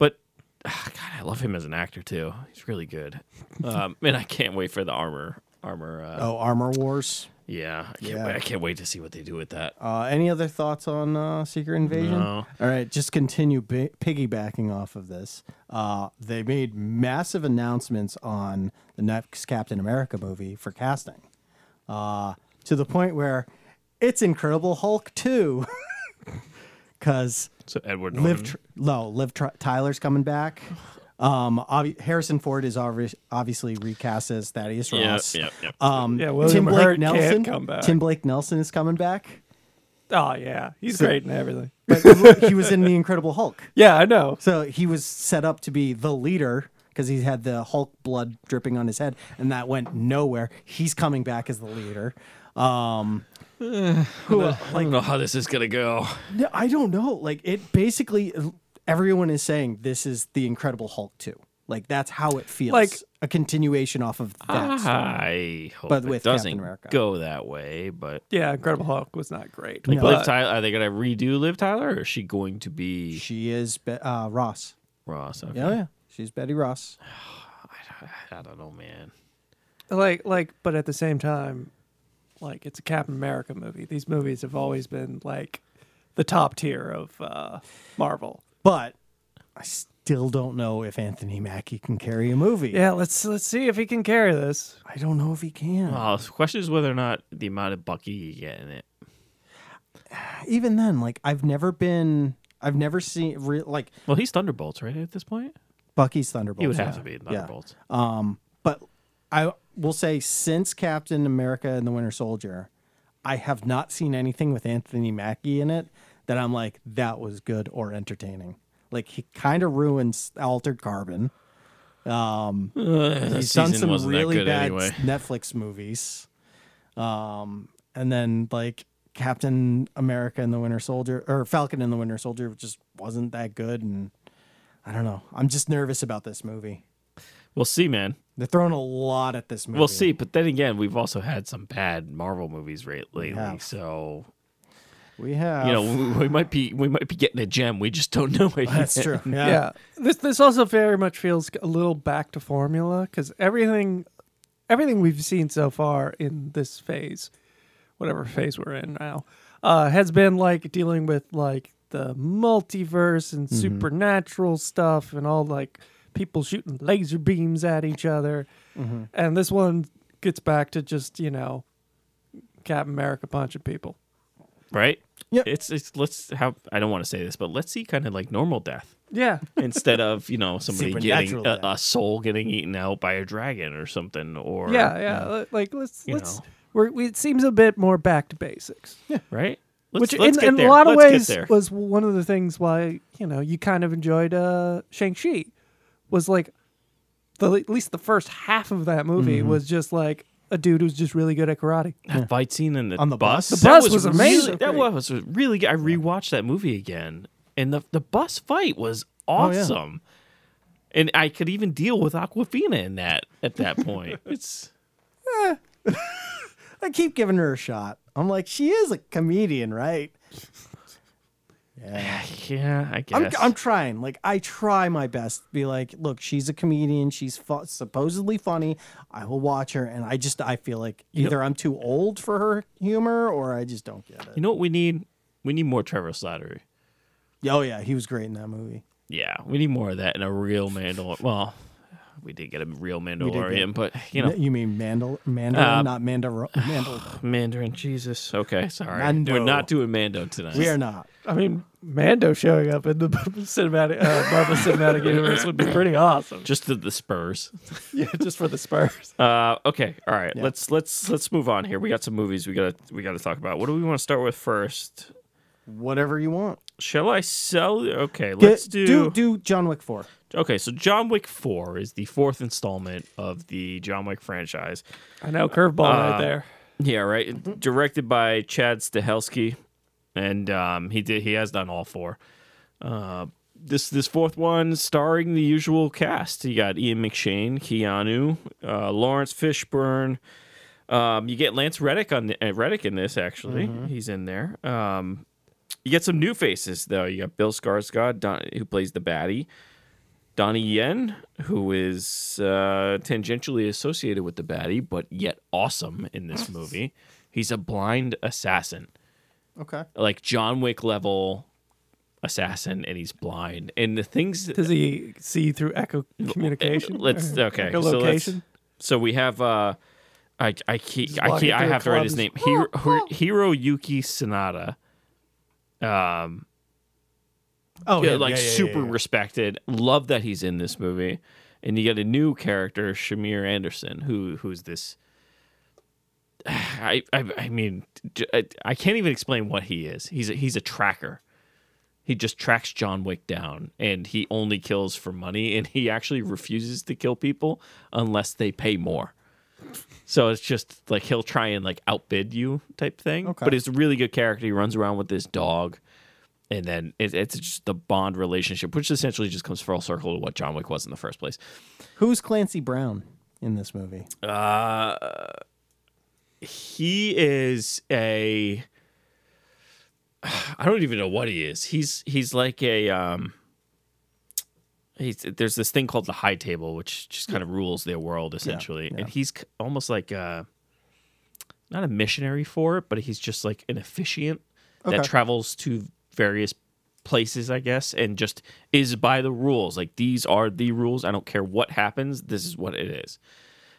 But ah, God, I love him as an actor too. He's really good, um, and I can't wait for the armor armor. Uh, Oh, Armor Wars. yeah, I can't, Yeah. Wait, I can't wait to see what they do with that. Uh, any other thoughts on uh, Secret Invasion? No. All right, just continue bi- piggybacking off of this. Uh, they made massive announcements on the next Captain America movie for casting, uh, to the point where it's Incredible Hulk [LAUGHS] too, because So Edward Norton. Liv Tr- no Liv Tr- Tyler's coming back. Um, obvi- Harrison Ford is obvi- obviously recast as Thaddeus Yeah, Ross. yeah, yeah. Um, Yeah, Tim William Blake Hurt can't Nelson. come back. Tim Blake Nelson is coming [LAUGHS] back Oh yeah, he's So- great and everything. but he was in the Incredible Hulk. Yeah, I know. So he was set up to be the leader because he had the Hulk blood dripping on his head, and that went nowhere. He's coming back as the leader. Um, who, I don't know how this is gonna go. no, I don't know. Like it basically, everyone is saying this is the Incredible Hulk too. Like that's how it feels. Like- a continuation off of that. Ah. I hope But it with Captain doesn't America. go that way. But Yeah, Incredible Hulk was not great. like but- Liv Tyler, are they gonna redo Liv Tyler, or is she going to be? She is Be- uh, Ross. Ross. Okay. Yeah, yeah. She's Betty Ross. I don't know, man. Like, like, but at the same time, like it's a Captain America movie. These movies have always been like the top tier of uh, Marvel. But I still don't know if Anthony Mackie can carry a movie. Yeah, let's let's see if he can carry this. I don't know if he can. Oh, the question is whether or not the amount of Bucky you get in it. Even then, like I've never been, I've never seen re- like Well, he's Thunderbolts, right? At this point, Bucky's Thunderbolts. he would have yeah. to be in Yeah. Uh, Thunderbolts. But I will say, since Captain America and the Winter Soldier, I have not seen anything with Anthony Mackie in it that I'm like that was good or entertaining. Like he kind of ruins Altered Carbon. Um, Uh, That he's done season some wasn't that really good bad anyway. Netflix movies. Um, and then like Captain America and the Winter Soldier or Falcon and the Winter Soldier just wasn't that good. And I don't know. I'm just nervous about this movie. We'll see, man. They're throwing a lot at this movie. We'll see. But then again, we've also had some bad Marvel movies right lately, have. so We have. you know [LAUGHS] we, we might be we might be getting a gem. We just don't know [LAUGHS] it. [LAUGHS] that's yet. true. Yeah. Yeah. This this also very much feels a little back to formula cuz everything everything we've seen so far in this phase, whatever phase we're in now, uh, has been like dealing with like the multiverse and supernatural stuff and all like people shooting laser beams at each other. And this one gets back to just, you know, Captain America punching people. right? Yeah. It's it's let's have I don't want to say this, but let's see kind of like normal death Yeah. instead of you know somebody getting Supernatural a, death. a soul getting eaten out by a dragon or something or yeah, yeah, li- Like let's you let's know. we're, we, it seems a bit more back to basics. right. Let's, which let's in, get in there. a lot of Let's get ways there. was one of the things why you know you kind of enjoyed uh shang-chi was like the at least the first half of that movie Mm-hmm. was just like a dude who's just really good at karate that fight scene in the, On the bus. bus? The that bus was really- amazing. that was really good. I rewatched that movie again, and the the bus fight was Oh, yeah. awesome. And I could even deal with Aquafina in that at that point. it's I keep giving her a shot. I'm like, she is a comedian, right? yeah, I I'm, guess. I'm trying. Like, I try my best to be like, look, she's a comedian. She's fu- supposedly funny. I will watch her. And I just, I feel like either I'm too old for her humor or I just don't get you it. know what we need? We need more Trevor Slattery. Oh, yeah. He was great in that movie. Yeah, we need more of that in a real Mandalorian. Well, we did get a real Mandalorian, but you You, know, mean Mandal- Mandarin, Uh, not Mandar- [LAUGHS] Mandal. Mandarin. Jesus. Okay, sorry. Mando. We're not doing Mando tonight. we are not. i mean mando showing up in the [LAUGHS] cinematic uh, marvel cinematic [LAUGHS] universe [COUGHS] would be pretty awesome just the, the Spurs. yeah [LAUGHS] just for the spurs Uh, okay, all right. Let's let's let's move on here. We got some movies we gotta we gotta talk about. What do we want to start with first? Whatever you want. Shall I sell? Okay, let's Get- do, do. Do John Wick 4. Okay, so John Wick Four is the fourth installment of the John Wick franchise. i know curveball Uh, right there Yeah, right. Directed by Chad Stahelski, and um, he did he has done all four. Uh, this this fourth one starring the usual cast. You got Ian McShane, Keanu, uh, Lawrence Fishburne. Um, you get Lance Reddick on the, uh, Reddick in this actually. He's in there. Um, you get some new faces though. You got Bill Skarsgård, Don, who plays the baddie. Donnie Yen, who is uh, tangentially associated with the baddie, but yet awesome in this movie. He's a blind assassin, Okay. like John Wick level assassin, and he's blind. And the things eh, does he see through echo communication let's okay. Like so, a let's- location? so we have uh, I I can't I walking can't I through a have to write club his is- name. Hiro, Hiro Yuki Sanada. Oh, Yeah, him. like yeah, yeah, super yeah. respected. Love that he's in this movie. And you get a new character, Shamir Anderson, who who's this. [SIGHS] I I, I mean, j- I, I can't even explain what he is. He's a, he's a tracker. He just tracks John Wick down, and he only kills for money, and he actually refuses to kill people unless they pay more. So it's just like he'll try and like outbid you type thing. Okay. But it's a really good character. He runs around with this dog and then it, it's just the bond relationship, which essentially just comes full circle to what John Wick was in the first place. Who's Clancy Brown in this movie? He is a, [SIGHS] I don't even know what he is. He's he's like a um, he's there's this thing called the high table which just kind of rules their world essentially and he's c- almost like uh not a missionary for it but he's just like an officiant that Okay. travels to various places i guess and just is by the rules like these are the rules i don't care what happens this is what it is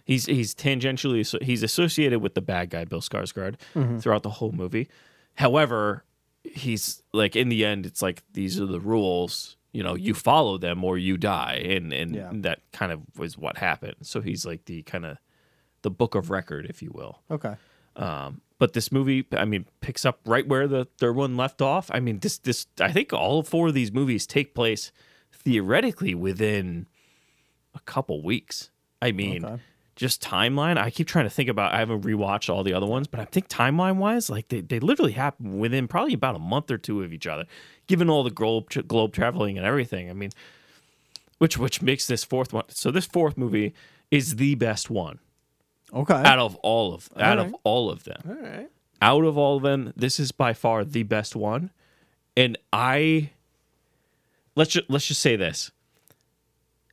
he's he's tangentially asso- he's associated with the bad guy Bill Skarsgård throughout the whole movie. However, he's like in the end, it's like these are the rules. You know, you follow them or you die, and and Yeah. that kind of was what happened. So he's like the kind of the book of record, if you will. Okay. Um, but this movie, I mean, picks up right where the third one left off. I mean, this this I think all four of these movies take place theoretically within a couple weeks. I mean, just timeline. I keep trying to think about. I haven't rewatched all the other ones, but I think timeline wise, like they, they literally happen within probably about a month or two of each other, given all the globe globe traveling and everything. I mean, which which makes this fourth one. So this fourth movie is the best one Okay. out of all of out of all of them. All right. Out of all of them, this is by far the best one. And I let's just let's just say this.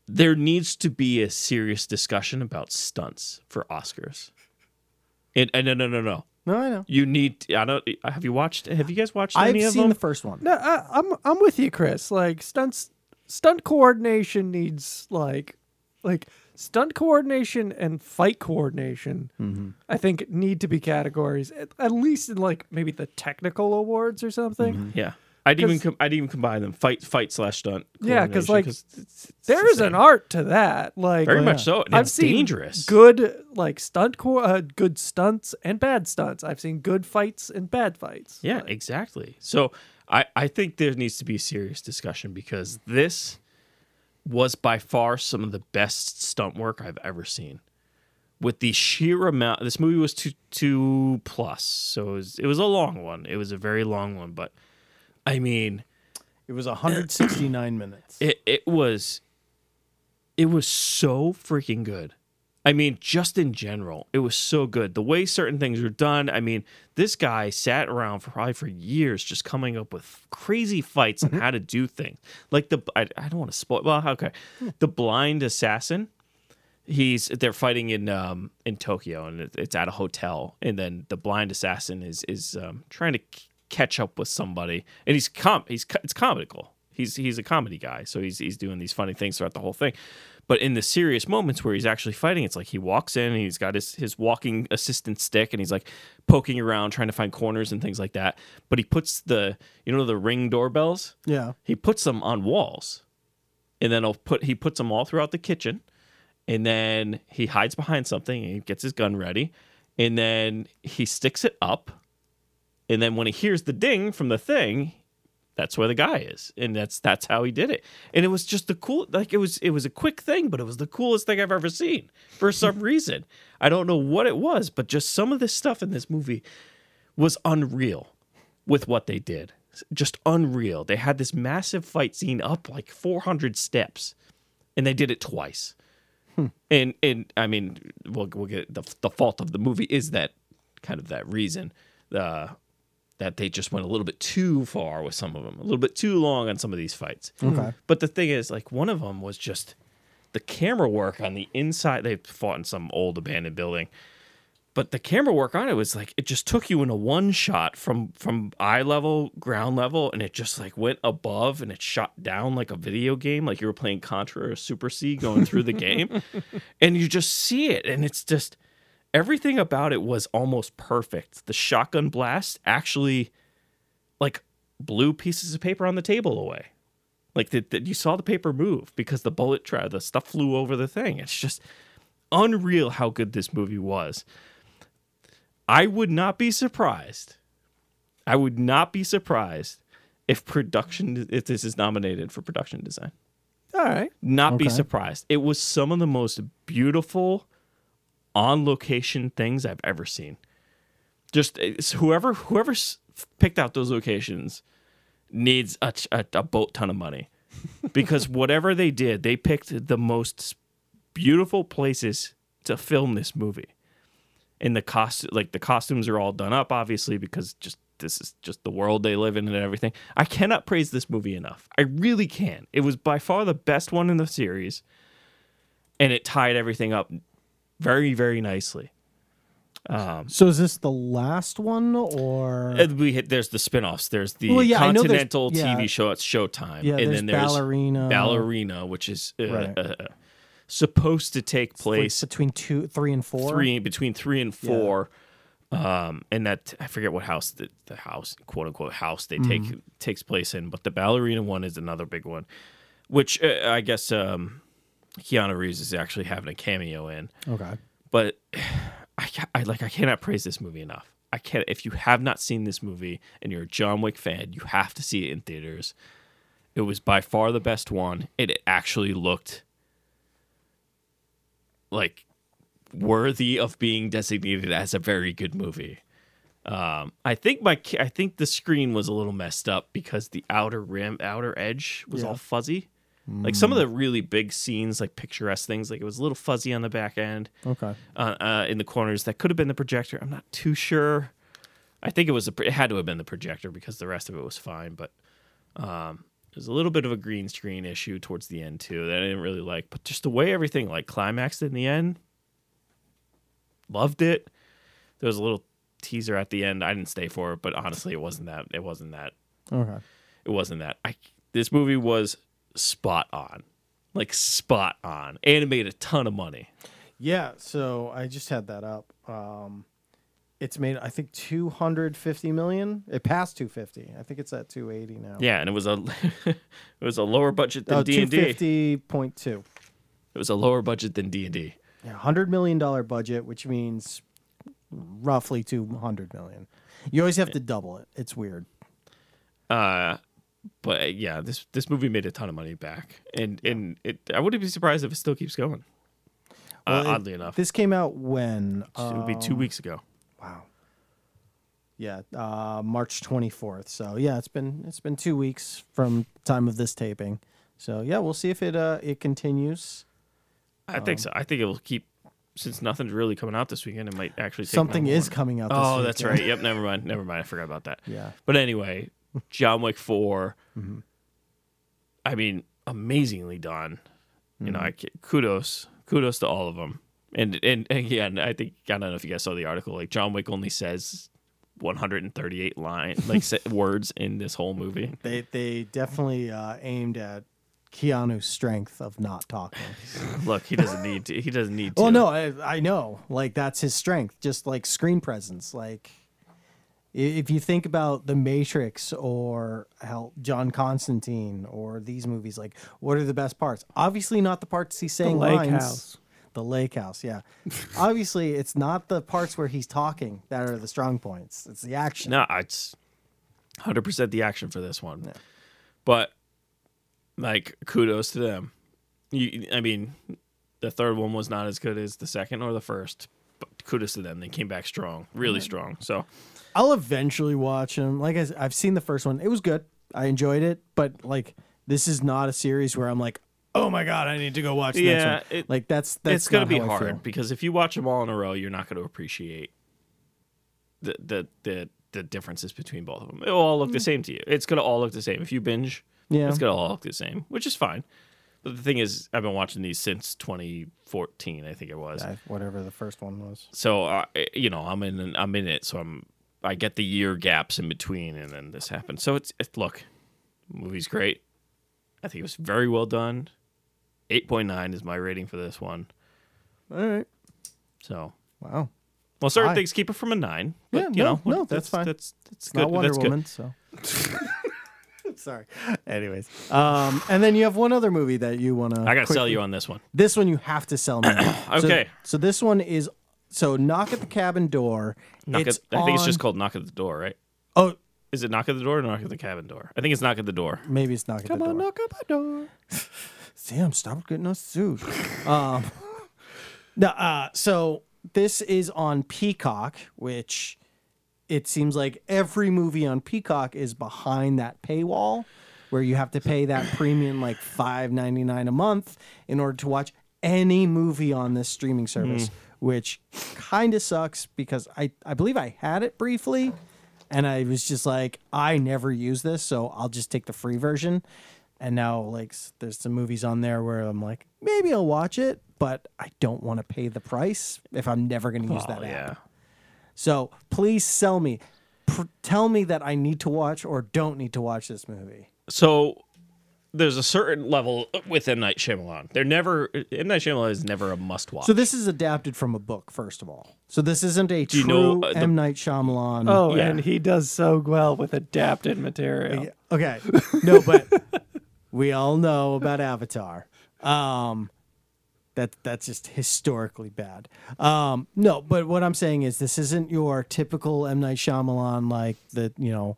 There needs to be a serious discussion about stunts for Oscars. And, and no no no no. No, I know. You need I don't have you watched have you guys watched I've any of seen them? the first one. No, I, I'm I'm with you, Chris. Like stunts, stunt coordination needs like like stunt coordination and fight coordination. Mm-hmm. I think need to be categories at, at least in like maybe the technical awards or something. yeah. I'd even 'Cause- com- I'd even combine them fight fight slash stunt. Yeah, 'cause, coordination, like, it's- it's the There is an same. art to that. Like very like, much so. And I've it's seen dangerous. good like stunt co- uh, good stunts and bad stunts. I've seen good fights and bad fights. Yeah, exactly. So I, I think there needs to be a serious discussion because this was by far some of the best stunt work I've ever seen. With the sheer amount, this movie was two two plus, so it was, it was a long one. It was a very long one, but I mean, It was 169 minutes. it it was it was so freaking good. I mean, just in general, it was so good. The way certain things were done. I mean, this guy sat around for probably for years just coming up with crazy fights and how to do things. Like the I, I don't want to spoil. Well, okay, the blind assassin. He's they're fighting in um in Tokyo and it- it's at a hotel and then the blind assassin is is um, trying to c- catch up with somebody and he's com he's co- it's comical he's he's a comedy guy so he's he's doing these funny things throughout the whole thing but in the serious moments where he's actually fighting it's like he walks in and he's got his his walking assistant stick and he's like poking around trying to find corners and things like that but he puts the you know the ring doorbells Yeah. he puts them on walls and then he'll put he puts them all throughout the kitchen and then he hides behind something and he gets his gun ready and then he sticks it up and then when he hears the ding from the thing that's where the guy is and that's that's how he did it and it was just the cool like it was it was a quick thing but it was the coolest thing i've ever seen for some reason i don't know what it was but just some of this stuff in this movie was unreal with what they did. Just unreal. They had this massive fight scene up like 400 steps, and they did it twice. And and I mean, we'll we'll get the the fault of the movie is that kind of that reason uh, that they just went a little bit too far with some of them, a little bit too long on some of these fights. Okay. But the thing is, like one of them was just the camera work on the inside. They fought in some old abandoned building but the camera work on it was like it just took you in a one shot from from eye level ground level and it just like went above and it shot down like a video game like you were playing contra or super c going through the game and you just see it and it's just everything about it was almost perfect the shotgun blast actually like blew pieces of paper on the table away like that that you saw the paper move because the bullet try the stuff flew over the thing it's just unreal how good this movie was I would not be surprised. I would not be surprised if production if this is nominated for production design. All right. Not be surprised. It was some of the most beautiful on location things I've ever seen. Just it's whoever whoever s- picked out those locations needs a, ch- a, a boat ton of money because whatever they did, they picked the most beautiful places to film this movie and the cost like the costumes are all done up obviously because just this is just the world they live in and everything. I cannot praise this movie enough. I really can. It was by far the best one in the series, and it tied everything up very, very nicely. So is this the last one or Uh, And we hit, there's the spin-offs. There's the Well, yeah, I know there's- Continental yeah. TV show. It's Showtime. Yeah, and there's then there's Ballerina. Ballerina, which is uh, Right. uh, uh, supposed to take like place between two, three, and four? three between three and four. Um, and that I forget what house the, the house quote unquote house they take takes place in, but the ballerina one is another big one, which uh, I guess um, Keanu Reeves is actually having a cameo in. Okay. But [SIGHS] I, ca- I like I cannot praise this movie enough. I can't. If you have not seen this movie and you're a John Wick fan, you have to see it in theaters. It was by far the best one, and it actually looked like worthy of being designated as a very good movie. Um, I think my ca- I think the screen was a little messed up because the outer rim, outer edge was all fuzzy. Like some of the really big scenes, like picturesque things, like it was a little fuzzy on the back end Okay. uh, uh, in the corners. That could have been the projector. I'm not too sure. I think it was a, it had to have been the projector because the rest of it was fine. But um, there's a little bit of a green screen issue towards the end too that I didn't really like. But just the way everything like climaxed in the end, loved it. There was a little teaser at the end. I didn't stay for it, but honestly, it wasn't that. It wasn't that Okay. it wasn't that. I this movie was spot on, like spot on, and it made a ton of money. Yeah, so I just had that up. Um, it's made I think 250 million. It passed 250. I think it's at 280 now. Yeah, and it was a [LAUGHS] it was a lower budget than Oh, D and D. It 250.2. was a lower budget than D and D. Yeah, 100 million dollar budget, which means roughly 200 million. You always have to double it. It's weird. But uh, yeah, this this movie made a ton of money back, and and it I wouldn't be surprised if it still keeps going. uh, Well, it- oddly enough, This um, came out when it would be two weeks ago. Yeah, uh, March 24th. So yeah, it's been it's been two weeks from time of this taping. So yeah, we'll see if it uh, it continues. I think oh. so. I think it will keep since nothing's really coming out this weekend. It might actually take Something number is one. coming out. This Oh, that's weekend. right. Yep. Never mind. Never mind. I forgot about that. Yeah. Mm-hmm. But anyway, John Wick 4 I mean, amazingly done. You Mm-hmm. know, I ca- kudos, kudos to all of them. And and again, I think I don't know if you guys saw the article. Like John Wick only says 138 line like se- [LAUGHS] words in this whole movie. They they definitely uh, aimed at Keanu's strength of not talking. Look, he doesn't need to. He doesn't need to. well, no, I, I know. Like that's his strength, just like screen presence. Like i- if you think about The Matrix or hell, John Constantine or these movies, like what are the best parts? Obviously, not the parts he's saying Lake lines. House. The Lake [LAUGHS] House, yeah. Obviously, it's not the parts where he's talking that are the strong points. It's the action. No, it's 100% the action for this one. But like kudos to them. You I mean, the third one was not as good as the second or the first, but kudos to them. They came back strong, really strong. So, I'll eventually watch them. Like I, s- I've seen the first one; it was good. I enjoyed it, but like this is not a series where I'm like, oh my god, I need to go watch the Yeah, next one. it- like that's that's it's going not to be how I feel. hard because if you watch them all in a row, you're not going to appreciate the the the the differences between both of them. It'll all look the same to you. It's going to all look the same. If you binge, Mm. Yeah. it's going to all look the same, which is fine. But the thing is, I've been watching these since 2014, I think it was. I- whatever the first one was. so uh, you know i'm in i'm in it so i'm i get the year gaps in between and then this happened so it's it, look movie's great i think it was very well done 8.9 is my rating for this one All right. so Wow. well certain High. things keep it from a nine but Yeah, you no, know no, what- that's fine. that's that's It's good not Wonder that's Woman, so. [LAUGHS] Sorry. Anyways, um, and then you have one other movie that you want to. good i gotta sell you on this one This one you have to sell me. [COUGHS] So- Okay. So, this one is so knock at the cabin door. knock it's at, i think it's just on- called knock at the door right Oh, is it knock at the door or knock at the cabin door i think it's knock at the door Maybe it's knocking. Come on, knock on my door. Sam, stop getting us sued. um, [LAUGHS] no, uh, so this is on Peacock, which it seems like every movie on Peacock is behind that paywall, where you have to pay that premium like five ninety nine a month in order to watch any movie on this streaming Hmm. service, which kind of sucks because I I believe I had it briefly, and I was just like, I never use this, so I'll just take the free version. And now, like, s- there's some movies on there where I'm like, maybe I'll watch it, but I don't want to pay the price if I'm never going to use that Oh, app. yeah. So please sell me, Pr- tell me that I need to watch or don't need to watch this movie. So there's a certain level with M Night Shyamalan. They're never M Night Shyamalan is never a must watch. So this is adapted from a book, first of all. So this isn't a you true know, uh, the- M Night Shyamalan. Oh, Yeah. and he does so well with adapted material. Okay. No, but [LAUGHS] we all know about Avatar. Um that that's just historically bad. Um no, but what I'm saying is this isn't your typical M Night Shyamalan like the, you know,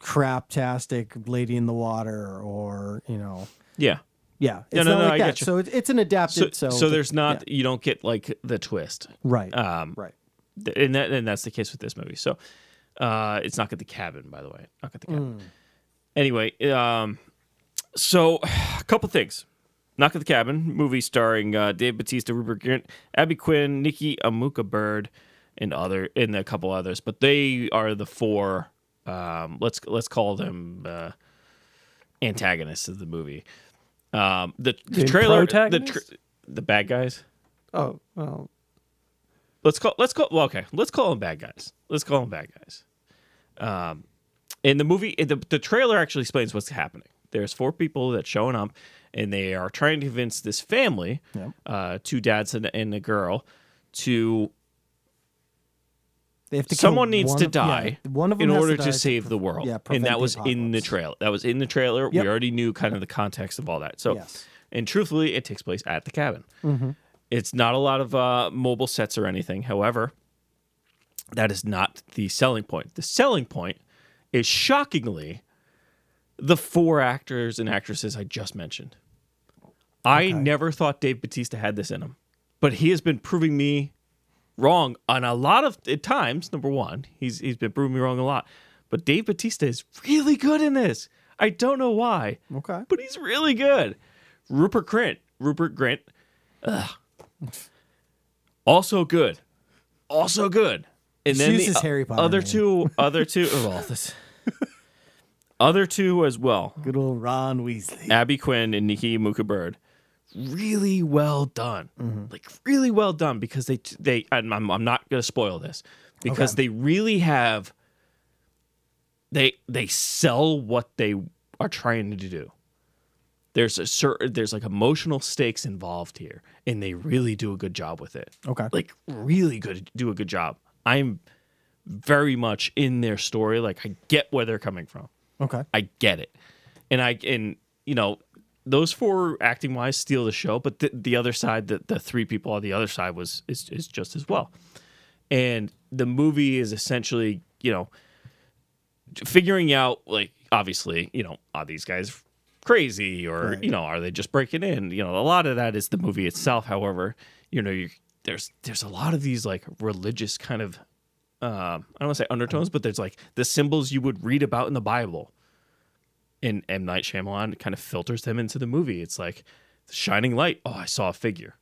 craptastic Lady in the Water or, you know, yeah. yeah, it's No, no, not no, like I that. get you. So it, it's an So, adapted so, so there's not yeah. you don't get like the twist. right. Um, right. Th- and that and that's the case with this movie. So uh, it's not at the cabin, by the way. Not at the cabin. Anyway, um, so [SIGHS] a couple things. Knock at the Cabin, movie starring uh, Dave Batista, Rupert Grint, Abby Quinn, Nikki Amuka Bird, and other and a couple others. But they are the four. Um, let's let's call them uh, antagonists of the movie. Um, the, the The trailer, the protagonists? the bad guys. Oh, well, Let's call let's call well, okay. Let's call them bad guys. Let's call them bad guys. Um, in the movie, in the the trailer actually explains what's happening. There's four people that's showing up, and they are trying to convince this family, uh, two dads and, and a girl, to They have to kill someone needs one to of- yeah, die one of them in has order die to save the pref- world. yeah, and prevent the that was in the apocalypse. trailer. That was in the trailer. Yep. We already knew kind of the context of all that. So, Yes. Mm-hmm. and truthfully, it takes place at the cabin. It's not a lot of uh, mobile sets or anything. However, that is not the selling point. The selling point is shockingly the four actors and actresses I just mentioned. I never thought Dave Batista had this in him, but he has been proving me wrong on a lot of at times. Number one, he's he's been proving me wrong a lot, but Dave Batista is really good in this. I don't know why. Okay. but he's really good. Rupert Grint, Rupert Grint, ugh. also good, also good. And then Excuse the this Harry Potter other name. two, other two, oh, well, [LAUGHS] this, other two as well. Good old Ron Weasley. Abby Quinn and Nikki Muka Bird really well done. Like really well done because they they and I'm I'm not going to spoil this because they really have they they sell what they are trying to do. There's a certain there's like emotional stakes involved here and they really do a good job with it. Okay. Like really good do a good job. I'm very much in their story like I get where they're coming from. Okay. I get it. And I and you know those four acting wise steal the show, but the, the other side, the, the three people on the other side was is, is just as well. And the movie is essentially you know figuring out like obviously you know are these guys crazy or you know are they just breaking in you know a lot of that is the movie itself however you know you there's there's a lot of these like religious kind of um, I don't want to say undertones, but there's like the symbols you would read about in the Bible. And M. Night Shyamalan kind of filters them into the movie. It's like the shining light. Oh, I saw a figure.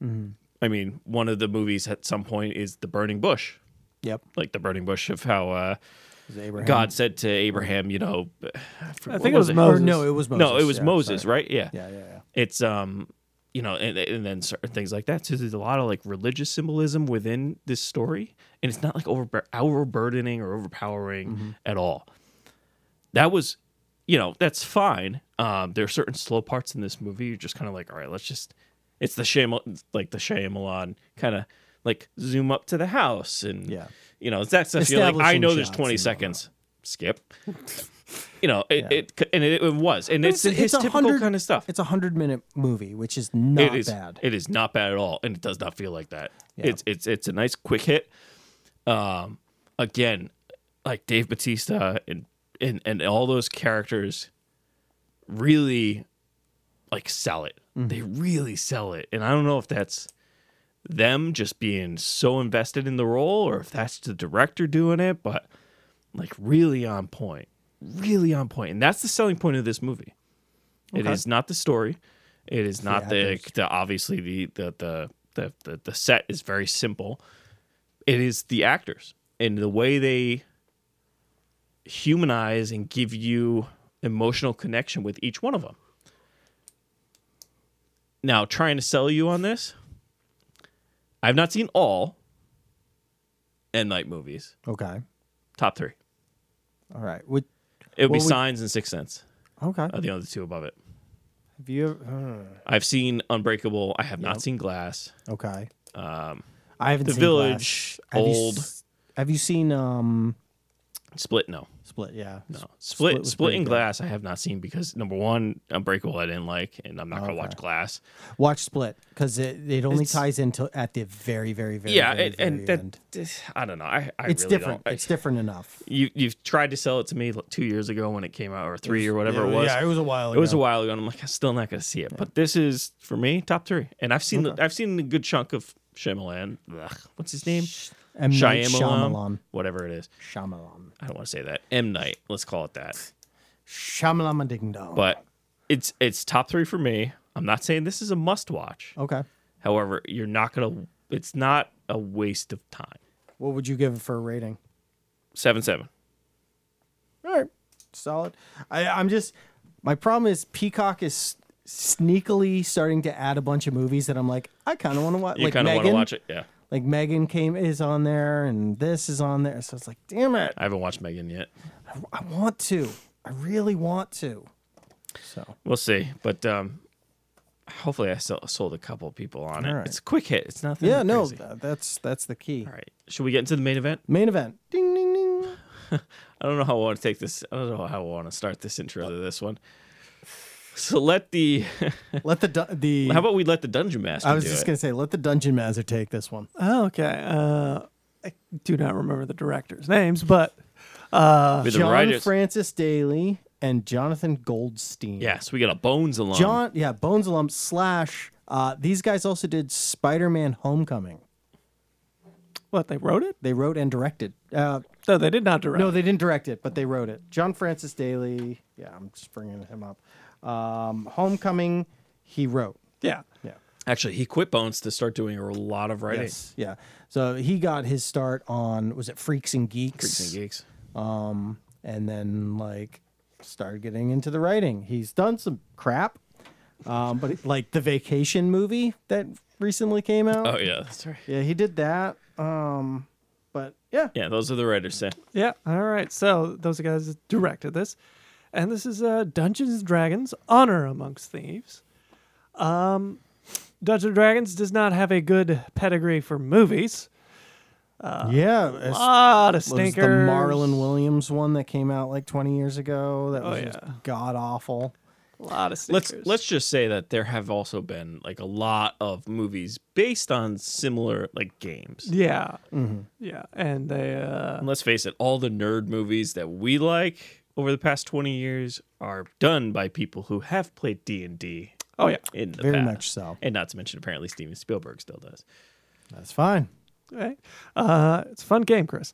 I mean, one of the movies at some point is the burning bush, Yep. like the burning bush of how uh, Is Abraham. God said to Abraham, you know, I, forget- I what think it was Or Moses. no, it was Moses. no, it was yeah, Moses, sorry. right? Yeah. Yeah, yeah, yeah. It's um, you know, and, and then certain things like that. So there's a lot of like religious symbolism within this story, and it's not like over overburdening or overpowering Mm-hmm. at all. That was, you know, that's fine. Um, there are certain slow parts in this movie. You're just kind of like, all right, let's just. It's the shame, like the Shyamalan kind of like zoom up to the house and Yeah. you know, it's that stuff. You're like, I Establishing know there's shots 20 and seconds. Skip. [LAUGHS] You know, it, it and it, it was, and it's, a- his a typical 100 kind of stuff. It's a hundred minute movie, which is not it is bad. It is not bad at all, and it does not feel like that. Yeah. It's it's it's a nice quick hit. Um, again, like Dave Batista and and and all those characters really like sell it. Mm-hmm. They really sell it, and I don't know if that's them just being so invested in the role or if that's the director doing it, but like really on point, really on point, and that's the selling point of this movie. It is not the story. It is not the, the obviously the the, the the the the set is very simple. It is the actors and the way they humanize and give you emotional connection with each one of them. Now, trying to sell you on this, I've not seen all End Night movies. Okay. Top three. All right. Would, It would Well, be we- Signs and Sixth Sense okay. are the other two above it. Have you ever, I've seen Unbreakable. I have not seen Glass. uh, okay. Um, I haven't The seen Village, Glass. Have you Old. s- have you seen um Split, no. Oh, Split? Yeah. No. Split, Split, was pretty and good. Glass, I have not seen because number one, Unbreakable, I didn't like, and I'm not going to watch Glass. Watch Split because it, it only It's- ties into at the very very very yeah, very, and, and very that, end. I don't know. I, I It's really different. Don't. I- It's different enough. you you've tried to sell it to me like, two years ago when it came out, or three or whatever it was. Yeah, it was a while It was a ago. while ago, and I'm like, I'm still not gonna see it. But this is for me top three, and I've seen the, I've seen a good chunk of Shyamalan. Ugh, what's his name? M. Night Shyamalan. whatever it is. Shyamalan. I don't want to say that. M Night. Let's call it that. Shyamalan Ding Dong. But it's it's top three for me. I'm not saying this is a must watch. okay. However, you're not gonna. It's not a waste of time. What would you give it for a rating? Seven seven. All right, solid. I, I'm just my problem is Peacock is sneakily starting to add a bunch of movies that I'm like I kind of want to watch. You like kind of want to Megan. watch it. Yeah, Like Megan came is on there and this is on there, so it's like damn it, I haven't watched Megan yet. I want to. I really want to. [LAUGHS] So We'll see, but um, hopefully I sell, sold a couple people on it. All right. It's a quick hit. It's nothing. yeah, no, crazy. tha- that's that's the key. All right, should we get into the main event? Main event. Ding ding ding. [LAUGHS] I don't know how I want to take this. I don't know how I want to start this intro to this one. So let the. Let the dun the. how about we let the dungeon master? I was do just it? gonna say let the dungeon master take this one. Oh, okay. Uh, I do not remember the directors' names, but Be the John writers. Francis Daly and Jonathan Goldstein. yeah, so we got a bones alum. John, yeah, Bones Alum slash. Uh, these guys also did Spider-Man: Homecoming. what they wrote it? They wrote and directed. Uh, No, they did not direct. no, they didn't direct it, but they wrote it. John Francis Daly. Yeah, I'm just bringing him up. Um, Homecoming, he wrote. yeah. Yeah. Actually, he quit Bones to start doing a lot of writing. Yes. Yeah. So he got his start on was it Freaks and Geeks? Freaks and geeks. and then like started getting into the writing. He's done some crap, um, but it- like the Vacation movie that recently came out. Oh yeah, that's right. Yeah, he did that. Um, but yeah, Yeah, those are the writers. Sam. Yeah. All right. So those guys that directed this, and this is uh, Dungeons and Dragons: Honor Amongst Thieves. Um, Dungeons and Dragons does not have a good pedigree for movies. yeah. it's- A lot of was the stinkers. Marlon Williams one that came out like 20 years ago. That was Oh, just yeah. god awful. A lot of stinkers. let's let's just say that there have also been like a lot of movies based on similar like games. Yeah. Yeah. And they. Uh, And let's face it, all the nerd movies that we like over the past 20 years are done by people who have played D&D oh yeah. in the Very past. much so. And not to mention apparently Steven Spielberg still does. That's fine. Right. Uh, it's a fun game, Chris.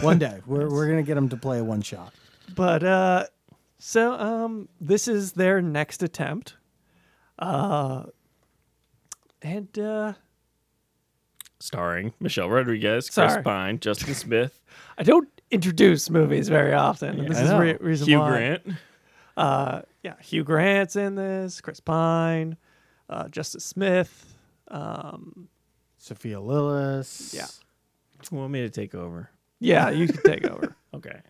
One day we're, we're gonna get him to play a one shot. But uh, so um, this is their next attempt. Uh, and uh, Starring Michelle Rodriguez, Chris Sorry. Pine, Justin Smith, I don't introduce movies very often. and this I is know. re- reason Hugh why. Grant. Yeah, Hugh Grant's in this. Chris Pine, uh, Justice Smith. Sophia Lillis. Yeah. Want me to take over? Yeah, you can take over. Okay.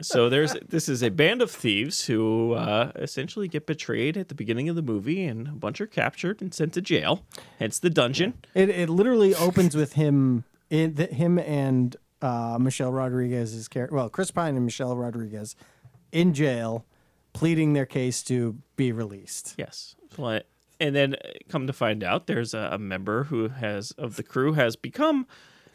So there's this is a band of thieves who uh, essentially get betrayed at the beginning of the movie, and a bunch are captured and sent to jail. Hence the dungeon. It it literally opens with him in the, him and uh, Michelle Rodriguez's character. Well, Chris Pine and Michelle Rodriguez in jail, pleading their case to be released. Yes. Fla- And then uh, come to find out, there's a, a member who has of the crew has become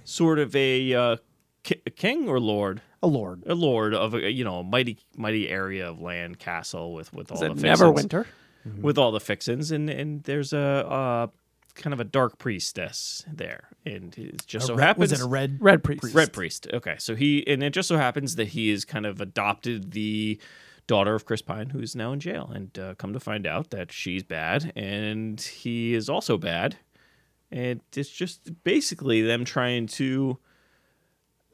sort of a, uh, ki- a king or lord, A lord. a lord of a you know a mighty mighty area of land castle with with all Is the it fixins, Neverwinter? Mm-hmm. with all the fixins, and and there's a. Uh, Kind of a dark priestess there, and it just so happens Was it a red? Red Priest. Red Priest. Okay, so he and it just so happens that he has kind of adopted the daughter of Chris Pine, who's now in jail, and uh, come to find out that she's bad and he is also bad, and it's just basically them trying to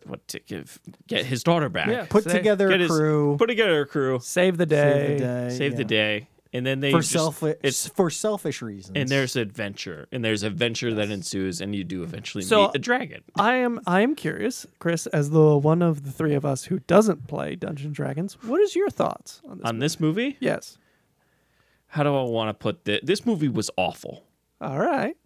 what to give, get his daughter back. Yeah. Put Say- together Get a his- crew. put together a crew, Save the day. Save the day. save the yeah. day, and then they For just- selfish, It's for selfish reasons. and there's adventure, and there's adventure that ensues, and you do eventually So- meet a dragon. I am I am curious, Chris, as the one of the three of us who doesn't play Dungeons and Dragons. What is your thoughts on this? On this movie, yes. how do I want to put this? This movie was awful. All right.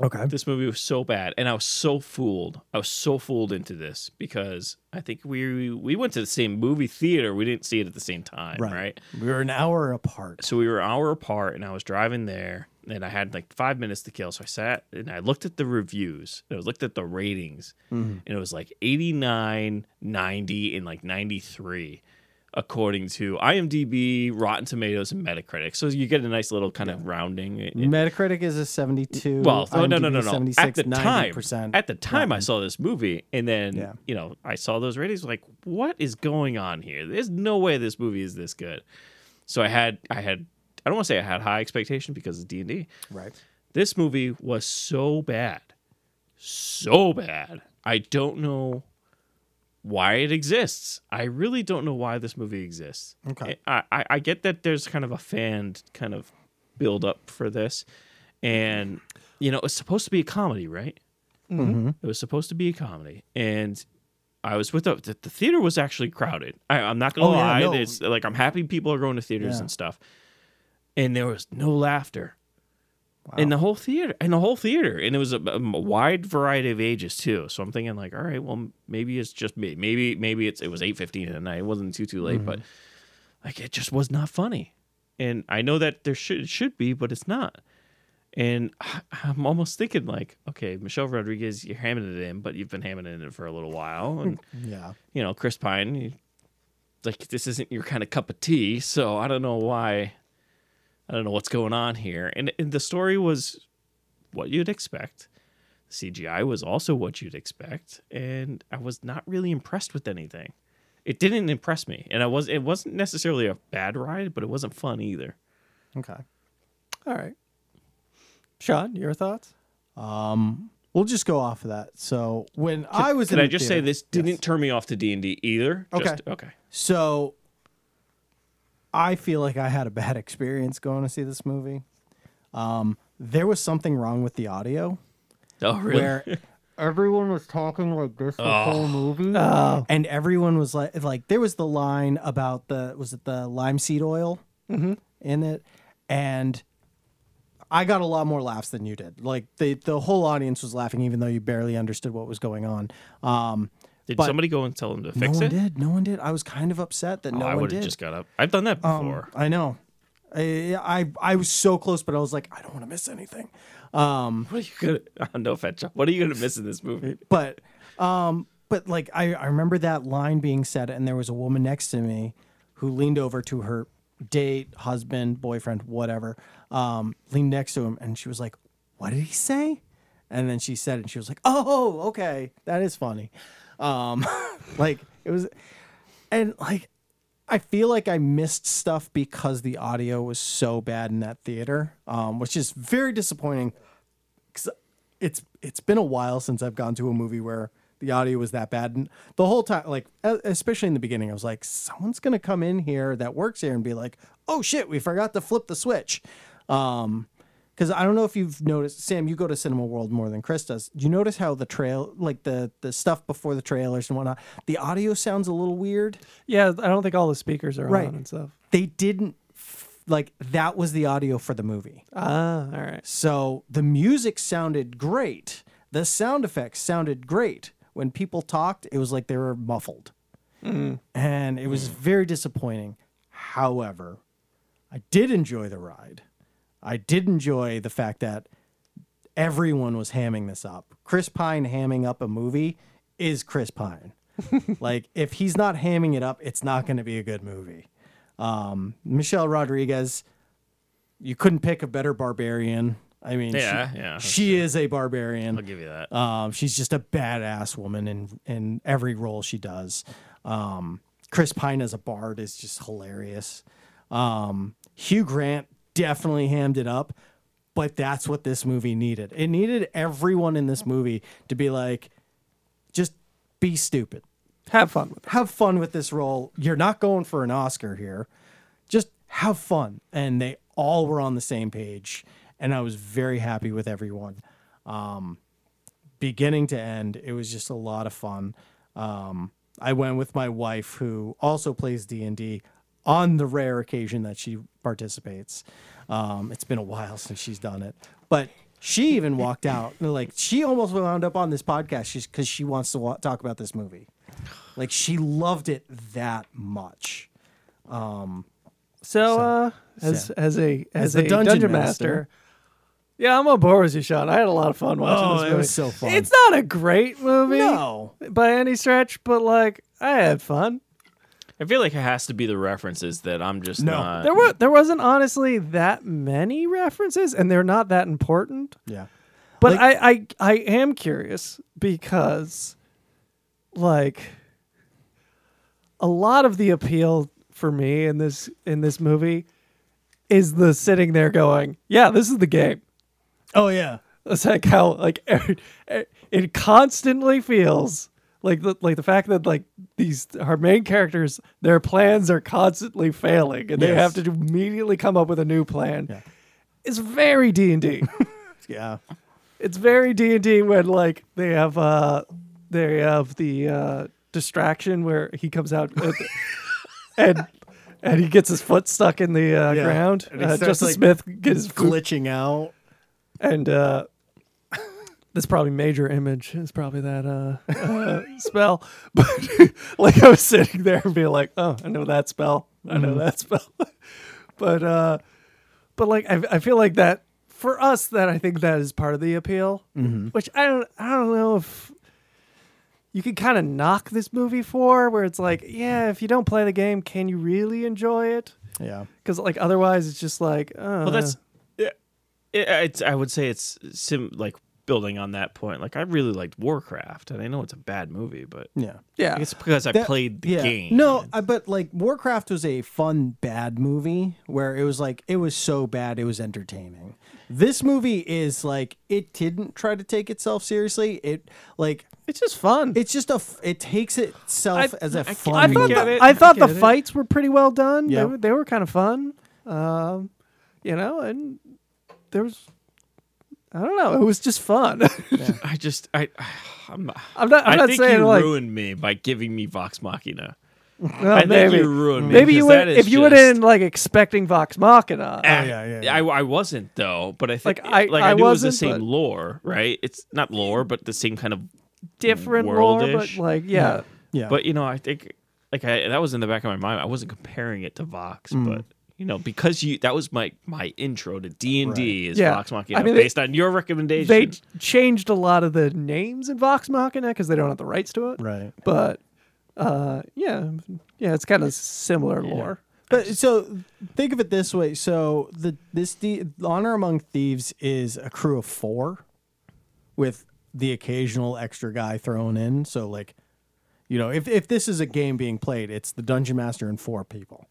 okay. This movie was so bad, and I was so fooled. I was so fooled into this because I think we we went to the same movie theater. We didn't see it at the same time, Right. right? We were an hour apart. so we were an hour apart and I was driving there and I had like five minutes to kill. So I sat and I looked at the reviews. And I looked at the ratings and it was like 89, 90, and like 93 according to IMDb, Rotten Tomatoes, and Metacritic. So you get a nice little kind of rounding. Metacritic is a 72. well, oh, no, IMDb no, no, no. 76, At the time, 90%. at the time I saw this movie, and then Yeah. you know I saw those ratings. Like, what is going on here? There's no way this movie is this good. So I had, I had, I don't want to say I had high expectations because it's D and D. right. This movie was so bad, so bad. I don't know why it exists. I really don't know why this movie exists. Okay. I, I, I get that there's kind of a fan kind of build up for this. And, you know, it's supposed to be a comedy, right? Mm-hmm. It was supposed to be a comedy. And I was with the, the, the theater was actually crowded. I, I'm not going Oh, to yeah, lie. no. It's like I'm happy people are going to theaters Yeah. and stuff. And there was no laughter in the whole theater in the whole theater and it was a, a wide variety of ages too so i'm thinking like all right well maybe it's just me maybe maybe it's it was 8.15 at night it wasn't too too late but Mm-hmm. like it just was not funny and i know that there should it should be but it's not and [SIGHS] I- i'm almost thinking like okay michelle rodriguez you're hamming it in but you've been hamming it in for a little while and Yeah. you know chris pine you, like this isn't your kind of cup of tea so i don't know why I don't know what's going on here. And, and the story was what you'd expect. CGI was also what you'd expect, and I was not really impressed with anything. It didn't impress me, and I was it wasn't necessarily a bad ride, but it wasn't fun either. Okay. All right. Sean, your thoughts? We'll just go off of that. So when I was Did in I the just say theater- this didn't turn me off to D and D either? Okay. Just- okay. So I feel like I had a bad experience going to see this movie. Um, there was something wrong with the audio Oh really? where [LAUGHS] everyone was talking like this the whole movie, Uh, and everyone was like, like there was the line about the was it the lime seed oil in it, and I got a lot more laughs than you did. Like the the whole audience was laughing, even though you barely understood what was going on. Um, did but- somebody go and tell them to no fix one it? did. No one did. I was kind of upset that Oh, no I one would have did. just got up. I've done that Um, [LAUGHS] before. I know. I, I I was so close, but I was like, I don't want to miss anything. Um, what are you gonna? No offense, John. What are you gonna miss in this movie? but um, but like I, I remember that line being said, and there was a woman next to me who leaned over to her date, husband, boyfriend, whatever, um, leaned next to him, and she was like, "What did he say?" And then she said, it, and she was like, "Oh, okay, that is funny." Um, [LAUGHS] like it was, and like I feel like I missed stuff because the audio was so bad in that theater, um, which is very disappointing. 'Cause it's it's been a while since I've gone to a movie where the audio was that bad, and the whole time, like e- especially in the beginning, I was like, someone's gonna come in here that works here and be like, "Oh shit, we forgot to flip the switch." Um, because I don't know if you've noticed, Sam, you go to Cinema World more than Chris does. Do you notice how the trail, like the the stuff before the trailers and whatnot, the audio sounds a little weird? Yeah, I don't think all the speakers are Right. on and stuff. they didn't f- like that was the audio for the movie. Ah, all right. So the music sounded great. The sound effects sounded great. When people talked, it was like they were muffled. And Mm. it was very disappointing. However, I did enjoy the ride. I did enjoy the fact that everyone was hamming this up. Chris Pine hamming up a movie is Chris Pine. [LAUGHS] like if he's not hamming it up, it's not going to be a good movie. Um, Michelle Rodriguez, you couldn't pick a better barbarian. I mean, Yeah, she, yeah, she is a barbarian. I'll give you that. Um, she's just a badass woman in in every role she does. Um, Chris Pine as a bard is just hilarious. Um, Hugh Grant definitely hammed it up, but that's what this movie needed. It needed everyone in this movie to be like, just be stupid. Have fun with it. Have fun with this role. You're not going for an Oscar here. Just have fun. And they all were on the same page. And I was very happy with everyone. Um, beginning to end, it was just a lot of fun. Um, I went with my wife, who also plays D and D, on the rare occasion that she participates. Um, it's been a while [LAUGHS] since she's done it, but she even walked out. Like she almost wound up on this podcast because she wants to wa- talk about this movie. Like she loved it that much. So, uh, as so. as a as, the a dungeon dungeon, master. master, yeah, I'm on board with you, Sean. I had a lot of fun watching Oh, this it movie. was so fun. It's not a great movie, No. by any stretch, but like I had fun. I feel like it has to be the references that I'm just No. not. There were there wasn't honestly that many references, and they're not that important. Yeah. But Like- I, I I am curious because like a lot of the appeal for me in this in this movie is the sitting there going, Yeah, this is the game. Oh yeah. It's like how like [LAUGHS] every- it constantly feels like the like the fact that like these our main characters their plans are constantly failing and they Yes. have to immediately come up with a new plan. Yeah. It's very D and D. [LAUGHS] Yeah. It's very D and D when like they have uh they have the uh distraction where he comes out at [LAUGHS] the- and and he gets his foot stuck in the uh, Yeah. ground. And he Uh, starts, Justice like, Smith gets his foot Glitching out. and uh that's probably major image is probably that uh, [LAUGHS] uh spell but like i was sitting there and being like oh i know that spell i know that spell [LAUGHS] but uh but like I, I feel like that for us that i think that is part of the appeal which i don't i don't know if you can kind of knock this movie for where it's like yeah if you don't play the game can you really enjoy it Yeah. because like otherwise it's just like uh, Well, that's. yeah, It, it's, I would say it's sim like building on that point. Like I really liked Warcraft, and I know it's a bad movie, but Yeah. yeah I guess because I That- played the yeah. game. No, I, but like Warcraft was a fun bad movie where it was like it was so bad it was entertaining. This movie is like it didn't try to take itself seriously. It like it's just fun it's just a f- it takes itself I- as a I fun. I thought, movie. get the, it. I [LAUGHS] thought I the get it. fights were pretty well done. Yeah. They, were- they were kind of fun. Um, you know, and there was, I don't know, it was just fun. [LAUGHS] I just I [SIGHS] I'm, I'm not, I'm I not think saying you like, ruined me by giving me Vox Machina. well, I think maybe, you ruined me. maybe you because went, that is if you went just- in like expecting Vox Machina. Ah, yeah, yeah, I, I wasn't though, but I think Like, like I, I- I knew it was the wasn't, same but- lore, right? It's not lore, but the same kind of. different lore, but world-ish. like, yeah. yeah. But you know, I think like I, that was in the back of my mind. I wasn't comparing it to Vox, Mm. but you know, because you that was my my intro to D and D is Yeah. Vox Machina I mean, they- based on your recommendation. They ch- changed a lot of the names in Vox Machina because they don't have the rights to it. right. But uh, yeah, yeah, it's kind of similar lore. But so think of it this way. So the this the honor among thieves is a crew of four, with the occasional extra guy thrown in. So like, you know, if if this is a game being played, it's the dungeon master and four people,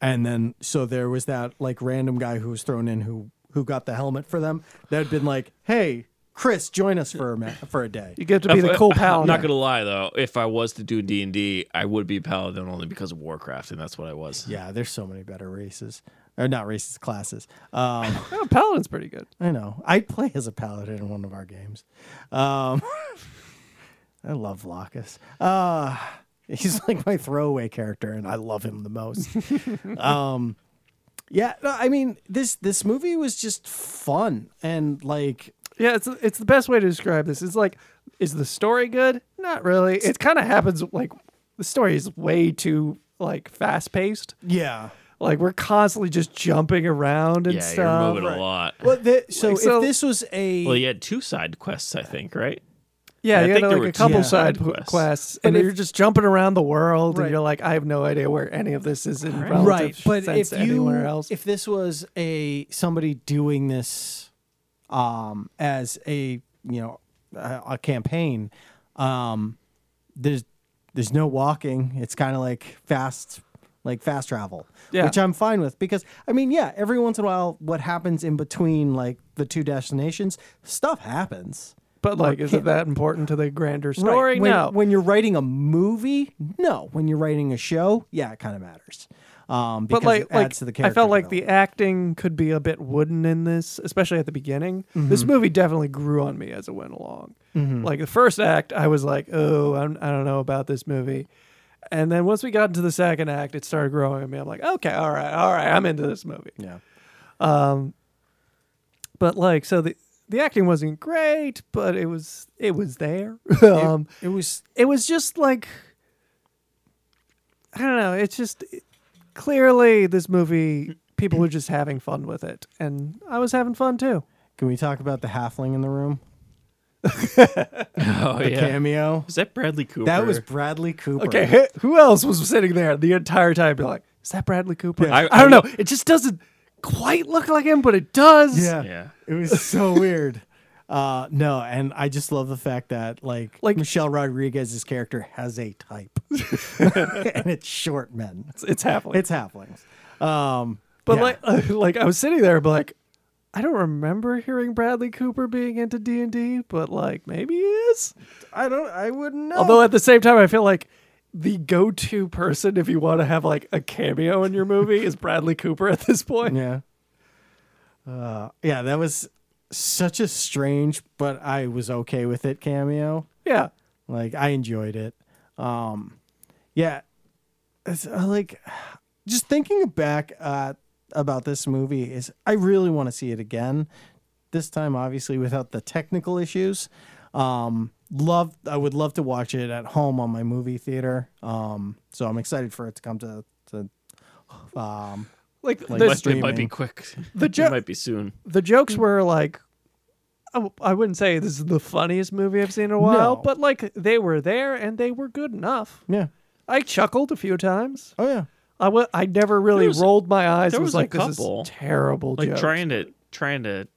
and then so there was that like random guy who was thrown in who who got the helmet for them that had been like, hey, Chris, join us for a ma- for a day. You get to be the cool [LAUGHS] paladin. I'm not gonna lie though, if I was to do D and D, I would be paladin only because of Warcraft, and that's what I was. Yeah, there's so many better races or not races classes. Um, Oh, paladin's pretty good. I know. I play as a paladin in one of our games. Um, [LAUGHS] I love Locus. Uh, [LAUGHS] he's like my throwaway character, and I love him the [LAUGHS] most. um, yeah, no, I mean this this movie was just fun and like Yeah, it's it's the best way to describe this. It's like, is the story good? Not really. It kind of happens like the story is way too like fast paced. yeah. Like we're constantly just jumping around and yeah, stuff. you're moving a lot. Well, the, so Like, so- if this was a Well, you had two side quests, I think, right? [LAUGHS] I Yeah, you think had there like were a couple two side side qu- quests. quests, and if- you're just jumping around the world, Right. and you're like, I have no idea where any of this is in relative but sense if to you anywhere else. if this was a somebody doing this um as a you know a, a campaign um there's there's no walking it's kind of like fast like fast travel Yeah. which i'm fine with because i mean yeah every once in a while what happens in between like the two destinations stuff happens But like, is it that important to the grander story? Right. When, no. when you're writing a movie, no. When you're writing a show, yeah, it kind of matters. Um, because but like, it adds like to the I character. felt like the development. acting could be a bit wooden in this, especially at the beginning. Mm-hmm. This movie definitely grew on me as it went along. Like the first act, I was like, "Oh, I'm, I don't know about this movie," and then once we got into the second act, it started growing on me. I'm like, "Okay, all right, all right, I'm into this movie." Um, Yeah. But like, so the the acting wasn't great, but it was it was there. [LAUGHS] um, It was it was just like I don't know. It's just clearly this movie people were just having fun with it, and I was having fun too. Can we talk about the halfling in the room? Oh yeah. Cameo. Is that Bradley Cooper? That was Bradley Cooper. Okay, who- who else was sitting there the entire time? Be like, is that Bradley Cooper? Yeah. I- I, don't know. It just doesn't quite look like him, but it does. Yeah. Yeah. It was so weird. Uh, no, and I just love the fact that like, Like- Michelle Rodriguez's character has a type, and it's short men. It's, it's halfling. It's halflings. Um, but yeah. like, [LAUGHS] like I was sitting there, but like, I don't remember hearing Bradley Cooper being into D and D, but like maybe he is. I don't, I wouldn't know. Although at the same time, I feel like the go-to person if you want to have like a cameo in your movie is Bradley Cooper at [LAUGHS] this point. Yeah. Uh, yeah, that was such a strange, but I was okay with it cameo. Yeah. Like I enjoyed it. Um, yeah, it's uh, like just thinking back uh, about this movie is I really want to see it again. This time, obviously, without the technical issues. Um, love I would love to watch it at home on my movie theater. Um, so I'm excited for it to come to. to um, Like, Like, the, Must- West- it might be streaming. quick. The jo- it might be soon. the jokes were like I- I wouldn't say this is the funniest movie I've seen in a while, No. but like they were there and they were good enough. yeah. I chuckled a few times. Oh yeah. I wa- I never really was- rolled my eyes. there and was was a like couple, this is terrible. Like jokes. trying to trying to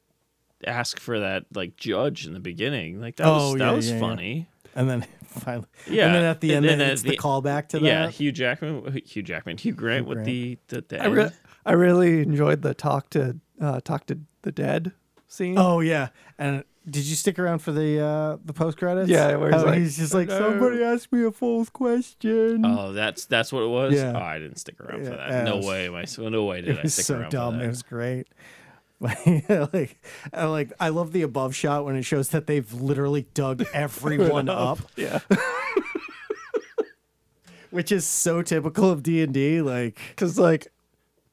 ask for that like judge in the beginning. Like that Oh, was that yeah, was yeah, yeah. funny. And then [LAUGHS] finally, Yeah. And then at the And end, then at it's the, the- callback to that. Yeah, Hugh Jackman, Hugh Jackman, Hugh Grant with Grant. the the, the I, re- end. I really enjoyed the talk to uh, talk to the dead scene. Oh yeah. And did you stick around for the uh, the post credits? Oh, Yeah, where he's like, he's just like, "No." somebody asked me a false question. Oh, that's that's what it was. Yeah. Oh, I didn't stick around for Yeah, that. yeah, no it was- way, my son. No way did it was I stick so around. dumb. For It that. was great. [LAUGHS] like, I like, I love the above shot when it shows that they've literally dug everyone up, yeah. which is so typical of D and D. Like, Because, like,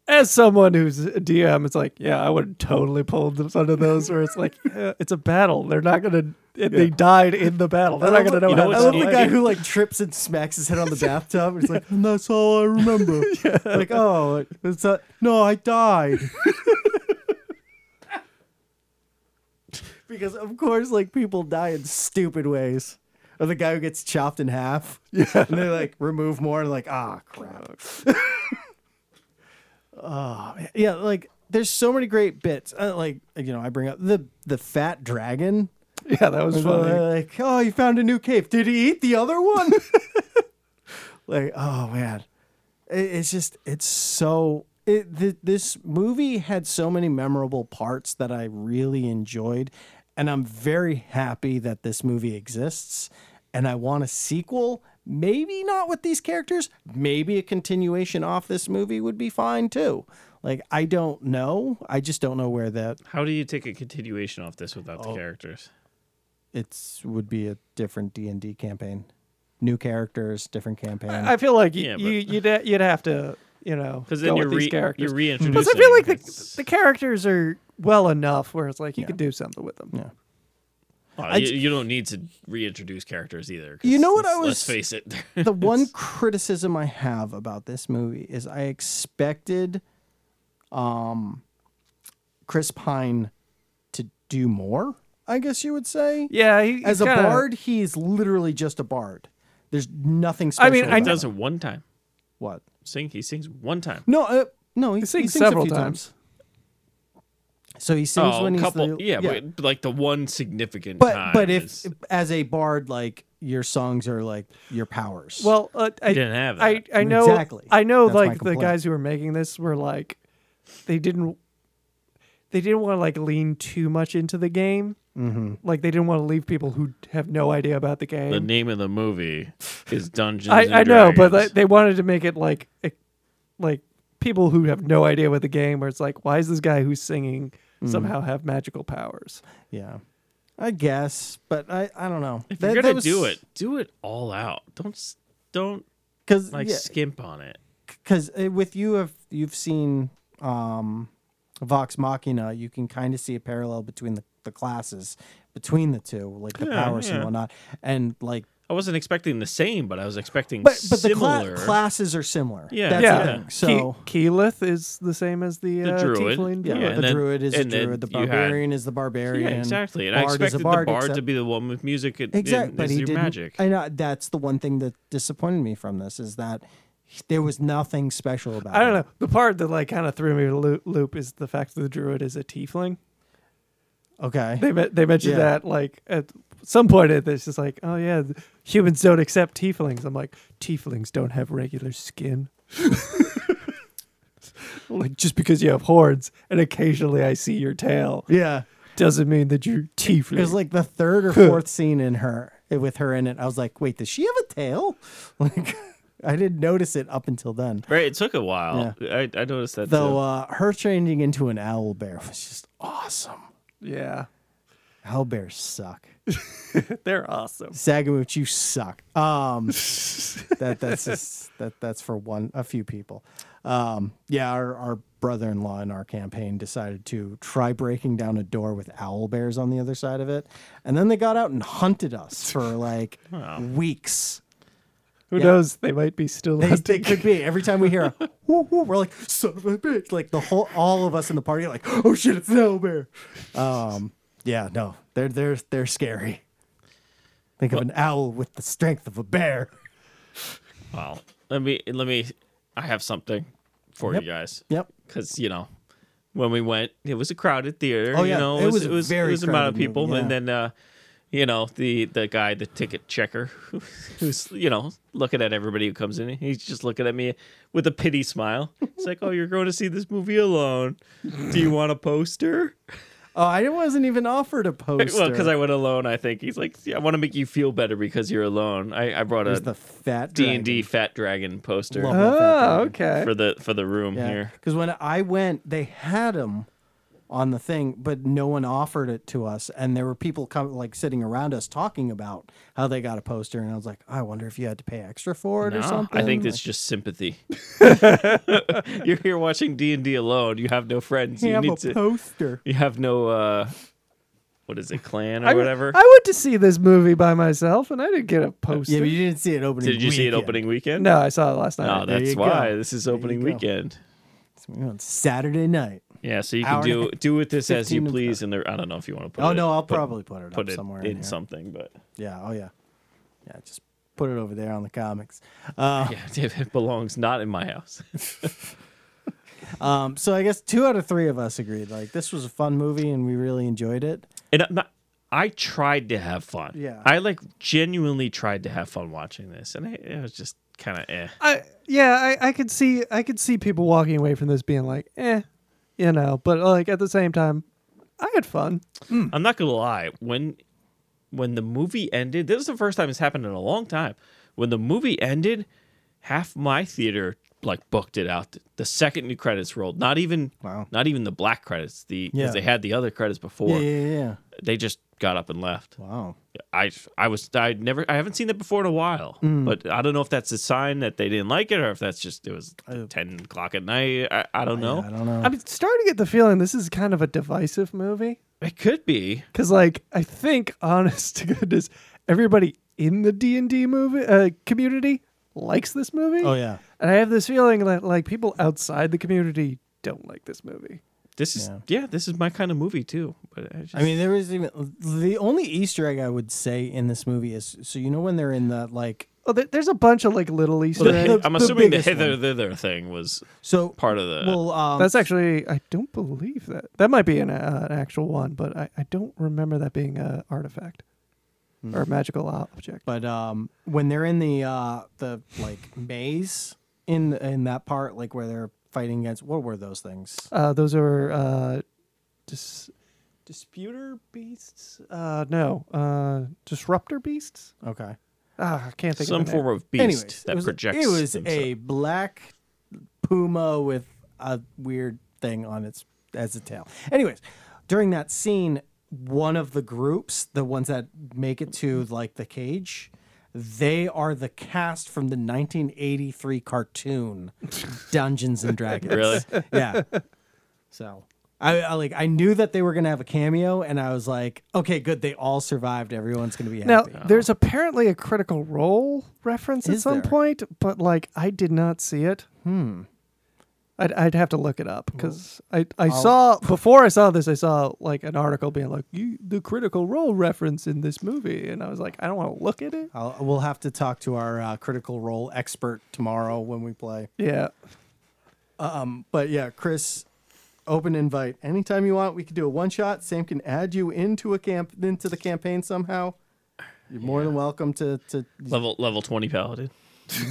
as someone who's a DM, it's like, yeah, I would totally pull them- one of those where it's like, [LAUGHS] yeah, it's a battle. They're not going to, they died in the battle. They're not going to know you know how I what's to love neat? the play. guy who like trips and smacks [LAUGHS] his head on the bathtub. It's like, and that's all I remember. Like, oh, it's not, no, [LAUGHS] I died. because of course, like people die in stupid ways. Or the guy who gets chopped in half. Yeah. And they like remove more and like, ah, [LAUGHS] crap. oh man. yeah, like there's so many great bits. Uh, like you know, I bring up the the fat dragon [LAUGHS] Yeah, that was and they're funny. Like, oh, you found a new cave. Did he eat the other one? like, oh man, It- it's just it's so. It, th- this movie had so many memorable parts that I really enjoyed, and I'm very happy that this movie exists. And I want a sequel. Maybe not with these characters. Maybe a continuation off this movie would be fine too. Like I don't know. I just don't know where that How do you take a continuation off this without Oh. the characters? it's would be a different D and D campaign, new characters, different campaign. I feel like y- Yeah, but- you, you'd, ha- you'd have to, you know, Because go then you're with re- these characters. you're reintroducing. Plus, I feel like the, it's- the characters are well enough where it's like you could do something with them. yeah. Well, I Uh, you, j- you don't need to reintroduce characters either. 'cause You know what I let's- Let's was- face it. [LAUGHS] The one criticism I have about this movie is I expected, um, Chris Pine to do more. I guess you would say. Yeah, he, As he's kinda- a bard, he is literally just a bard. There's nothing special. I mean, I he about does him. it one time. What? Sing. He sings one time. No, uh, no, he, he sings sings, several a few times. So he sings Oh, when a he's couple. the- yeah, but like the one significant but time. but if is- as a bard like your songs are like your powers Well, uh, I didn't have I, that. I know. Exactly. I know. That's my like the complaint. guys who were making this were like, they didn't, they didn't want to like lean too much into the game. Mm-hmm. Like they didn't want to leave people who have no idea about the game. The name of the movie is Dungeons. and I, I know, but Dragons. like, they wanted to make it like e- like people who have no idea what the game, where it's like, why is this guy who's singing Mm. somehow have magical powers? Yeah. I guess, but I, I don't know. if you're gonna do it, do it all out. Don't s- don't because like skimp on it. because uh, with you have you've seen um vox machina you can kind of see a parallel between the, the classes between the two like the Yeah, powers yeah. and whatnot and like I wasn't expecting the same, but I was expecting but but the cla- similar. classes are similar Yeah, that's yeah. the thing Ke- so Ke- Keyleth is the same as the, The uh, druid. tiefling. yeah, Yeah, the and then- druid is a and then druid the you had- barbarian is the barbarian yeah, exactly. And I bard is a expected bard, the bard to except- be the one with music and, Exactly, and but is he your didn't. magic. I know that's the one thing that disappointed me from this is that there was nothing special about. I don't it. know. The part that like kind of threw me a loop, loop is the fact that the druid is a tiefling. Okay, They me- they mentioned Yeah. that like at some point at this is like, oh yeah, th- humans don't accept tieflings. I'm like, tieflings don't have regular skin. [LAUGHS] like just because you have horns and occasionally I see your tail [LAUGHS] yeah. doesn't mean that you're It was tiefling. like the third or fourth scene in her with her in it. I was like, wait, does she have a tail? [LAUGHS] Like, I didn't notice it up until then. Right, it took a while. I, I noticed that too. Though uh, her changing into an owl bear was just awesome. yeah, [LAUGHS] Owl bears suck. they're awesome. Sagamooch, you suck. Um, that that's just, that that's for one a few people. Um, yeah, our, our brother-in-law in our campaign decided to try breaking down a door with owl bears on the other side of it, and then they got out and hunted us for like weeks. Who Yeah. knows? They might be still They, they hunting. could be. Every time we hear a woo woo, we're like, son of a bitch. Like the whole all of us in the party are like, oh shit, it's an owl bear. Um yeah, no. They're they're they're scary. Think of an owl with the strength of a bear. Wow. Let me let me I have something for Yep. you guys. Yep. Cuz you know, when we went, it was a crowded theater, Oh, you yeah. know, It it was was it a was, very it was amount of crowded people movie, and yeah. then uh you know, the the guy, the ticket checker who's you know, looking at everybody who comes in. He's just looking at me with a pity smile. It's like, "Oh, you're going to see this movie alone. Do you want a poster?" [LAUGHS] Oh, I wasn't even offered a poster. Well, because I went alone, I think he's like, "Yeah, "I want to make you feel better because you're alone." I, I brought was a the fat D and D Fat Dragon poster Love [LAUGHS] Oh, okay. for the for the room here. Because when I went, they had them on the thing, but no one offered it to us. And there were people come, like sitting around us talking about how they got a poster. And I was like, I wonder if you had to pay extra for it or Nah, something. I think Like, that's just sympathy. [LAUGHS] you're here watching D and D alone. You have no friends. You have need a to. poster. You have no. uh What is it, clan or I, whatever? I went to see this movie by myself and I didn't get a poster. Yeah, but you didn't see it opening. Did you see it weekend. opening weekend? no, I saw it last night. No, there that's you go. why this is opening go. weekend. You know, it's Saturday night. Yeah, so you Hour can and a do half- do with this as you 15 and- please. And there, I don't know if you want to put. Oh it- no, I'll put- probably put it put up it somewhere in here. something, [LAUGHS] but Yeah. Oh yeah. Yeah. Just put it over there on the comics. Uh, yeah, [LAUGHS] it belongs not in my house. [LAUGHS] um, so I guess two out of three of us agreed. Like this was a fun movie, and we really enjoyed it. and I'm not, I tried to have fun. Yeah. I like genuinely tried to have fun watching this, and I, it was just kind of eh. I yeah, I, I could see I could see people walking away from this being like, eh, you know, but like at the same time, I had fun. I'm not gonna lie. When when the movie ended, this is the first time it's happened in a long time. When the movie ended, half my theater like booked it out the second the credits rolled. Not even Wow. not even the black credits. The because Yeah. they had the other credits before. Yeah, yeah, yeah. They just got up and left. Wow. I I was I never I haven't seen that before in a while. Mm. But I don't know if that's a sign that they didn't like it or if that's just it was ten o'clock at night. I, I don't know. I don't know. I'm starting to get the feeling this is kind of a divisive movie It could be. because, like, I think [LAUGHS] honest to goodness, everybody in the D and D movie uh, community likes this movie. Oh yeah. and I have this feeling that like people outside the community don't like this movie. This is Yeah. yeah. This is my kind of movie too. But I, just, I mean, there is even the only Easter egg I would say in this movie is so you know when they're in the like Oh, there, there's a bunch of like little Easter. Well, the- eggs. I'm assuming the biggest hither one. thither thing was so part of the. well um That's actually I don't believe that. That might be an, uh, an actual one, but I, I don't remember that being a artifact or a magical object. but um when they're in the uh the like maze in in that part like where they're fighting against what were those things Uh, those are uh, dis- Disputer beasts? Uh, no. Uh, disruptor beasts? Okay. Ah, I can't think Some of the name. form of beast Anyways, that it was, projects. It was themselves. a black puma with a weird thing on its as a tail. Anyways, during that scene, one of the groups, the ones that make it to like the cage, they are the cast from the [LAUGHS] 1983 cartoon Dungeons and Dragons. Really? Yeah. So. I, I like I knew that they were gonna have a cameo, and I was like, "Okay, good. They all survived. Everyone's gonna be Now, happy." there's apparently a critical role reference at Is some there? point, but like I did not see it. Hmm. I'd, I'd have to look it up because I, I [LAUGHS] saw before I saw this I saw like an article being like you the critical role reference in this movie and I was like I don't want to look at it. I'll, we'll have to talk to our uh, critical role expert tomorrow when we play. Yeah, But yeah, Chris, open invite anytime you want. We could do a one shot. Sam can add you into a camp into the campaign somehow. You're more than welcome to. to level level twenty paladin.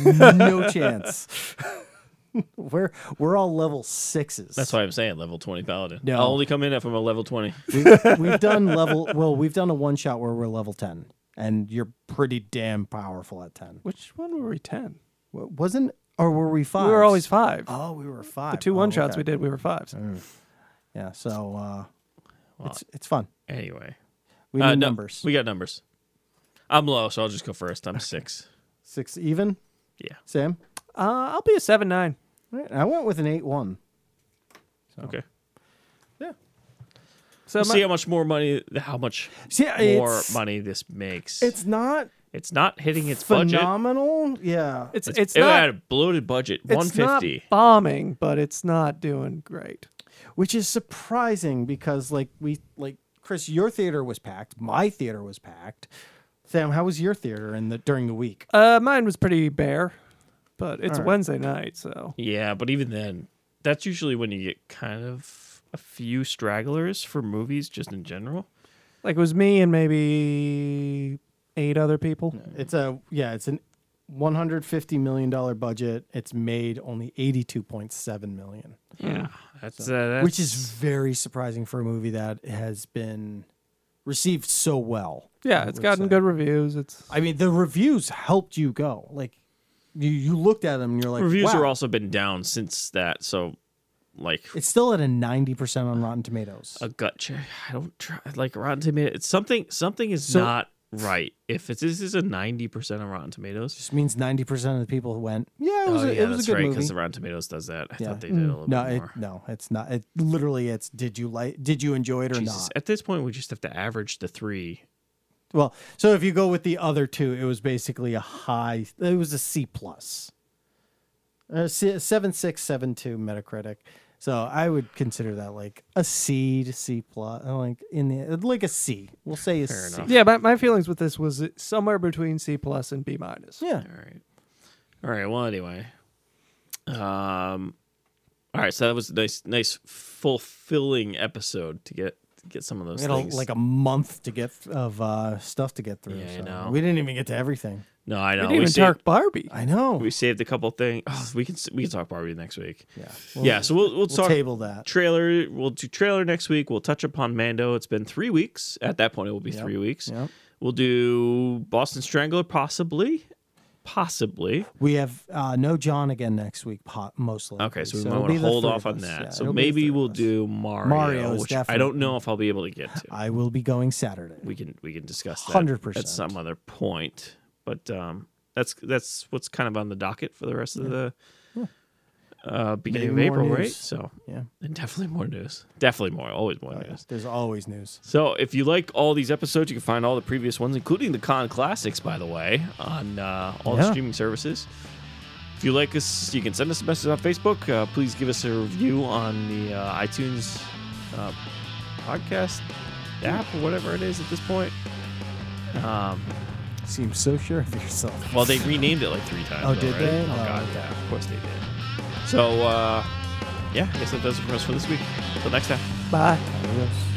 no chance. [LAUGHS] we're we're all level sixes. That's why I'm saying level twenty paladin. No. I'll only come in if I'm a level twenty. we've, we've done level. Well, we've done a one shot where we're level ten, and you're pretty damn powerful at ten. which one were we ten? W- Wasn't or were we five? We were always five. Oh, we were five. The two Oh, one shots okay. we did we were fives. Yeah, so uh, it's it's fun. Anyway, We need Uh, no, numbers. We got numbers. I'm low, so I'll just go first. I'm six. Six even. Yeah. Sam. Uh, I'll be a seven nine. All right, I went with an eight one. Oh. Okay. So We'll my- see how much more money, how much See, more it's, money this makes. It's not It's not hitting its budget. phenomenal. Yeah. it's it's, it not had a bloated budget, one it's not fifty. bombing, but it's not doing great. which is surprising because like we like Chris, your theater was packed. My theater was packed. Sam, how was your theater in the during the week? Uh, mine was pretty bare, but it's All right. Wednesday night, so Yeah, but even then, that's usually when you get kind of a few stragglers for movies, just in general. like it was me and maybe eight other people. It's a yeah, it's an 150 million dollar budget. It's made only 82.7 million. Hmm. Yeah, that's, uh, that's which is very surprising for a movie that has been received so well. Yeah, I it's would gotten say. good reviews. It's I mean, the reviews helped you go. Like, you you looked at them and you're like, reviews wow, are also been down since that. So, like It's still at a ninety percent on Rotten Tomatoes. a gut check. I don't try like Rotten Tomatoes. Something something is So- not right. If it's, this is a ninety percent on Rotten Tomatoes, Just means ninety percent of the people who went, yeah, it was, oh a, yeah, it was that's a good right because movie. Rotten Tomatoes does that. I Yeah. Mm. Mm-hmm. thought they did a little No, bit it, more. no, it's not. It literally, it's did you like? Did you enjoy it or Jesus, not? at this point, we just have to average the three. Well, so if you go with the other two, it was basically a high. It was a C plus, uh, C- seven six seven two Metacritic. So I would consider that like a C to C plus, uh, like in the like a C. We'll say a C. Fair enough. yeah. My, my feelings with this was it- somewhere between C plus and B minus. Yeah. All right, all right. Well, anyway, um, all right. So that was a nice, nice, fulfilling episode to get to get some of those We had a- things. like a month to get of uh, stuff to get through. Yeah, I so know. We didn't even get to everything. no, I know. We didn't even saved- talk Barbie. I know. We saved a couple things. [SIGHS] Oh, we can s- we can talk Barbie next week. yeah. yeah, so we'll we'll, we'll talk table that. trailer. We'll do trailer next week. We'll touch upon Mando. It's been three weeks. At that point, it will be three weeks. yep. We'll do Boston Strangler possibly, possibly. We have uh, no John again next week, po- most likely. Okay, so we it'll might want be to the hold three off of on us. that. Yeah, so it'll be the maybe three of we'll us. do Mario, Mario is which I don't definitely- know if I'll be able to get to. I will be going Saturday. we can we can discuss that 100%. at some other point. But um, that's that's what's kind of on the docket for the rest of the uh, beginning Maybe of more April, right? news. So Yeah. Oh, and definitely more news. Definitely more. Always more news. There's always news. So, if you like all these episodes, you can find all the previous ones, including the con classics, by the way, on uh, all the Yeah. streaming services. If you like us, you can send us a message on Facebook. Uh, please give us a review on the uh, iTunes uh, podcast app or whatever it is at this point. Um, Seem so sure of yourself. well, they renamed it like three times. Oh, though, did right? they? Oh, Oh, God, okay. yeah, of course they did. So, uh, yeah, I guess that does it for us for this week. Till next time. Bye. Adios.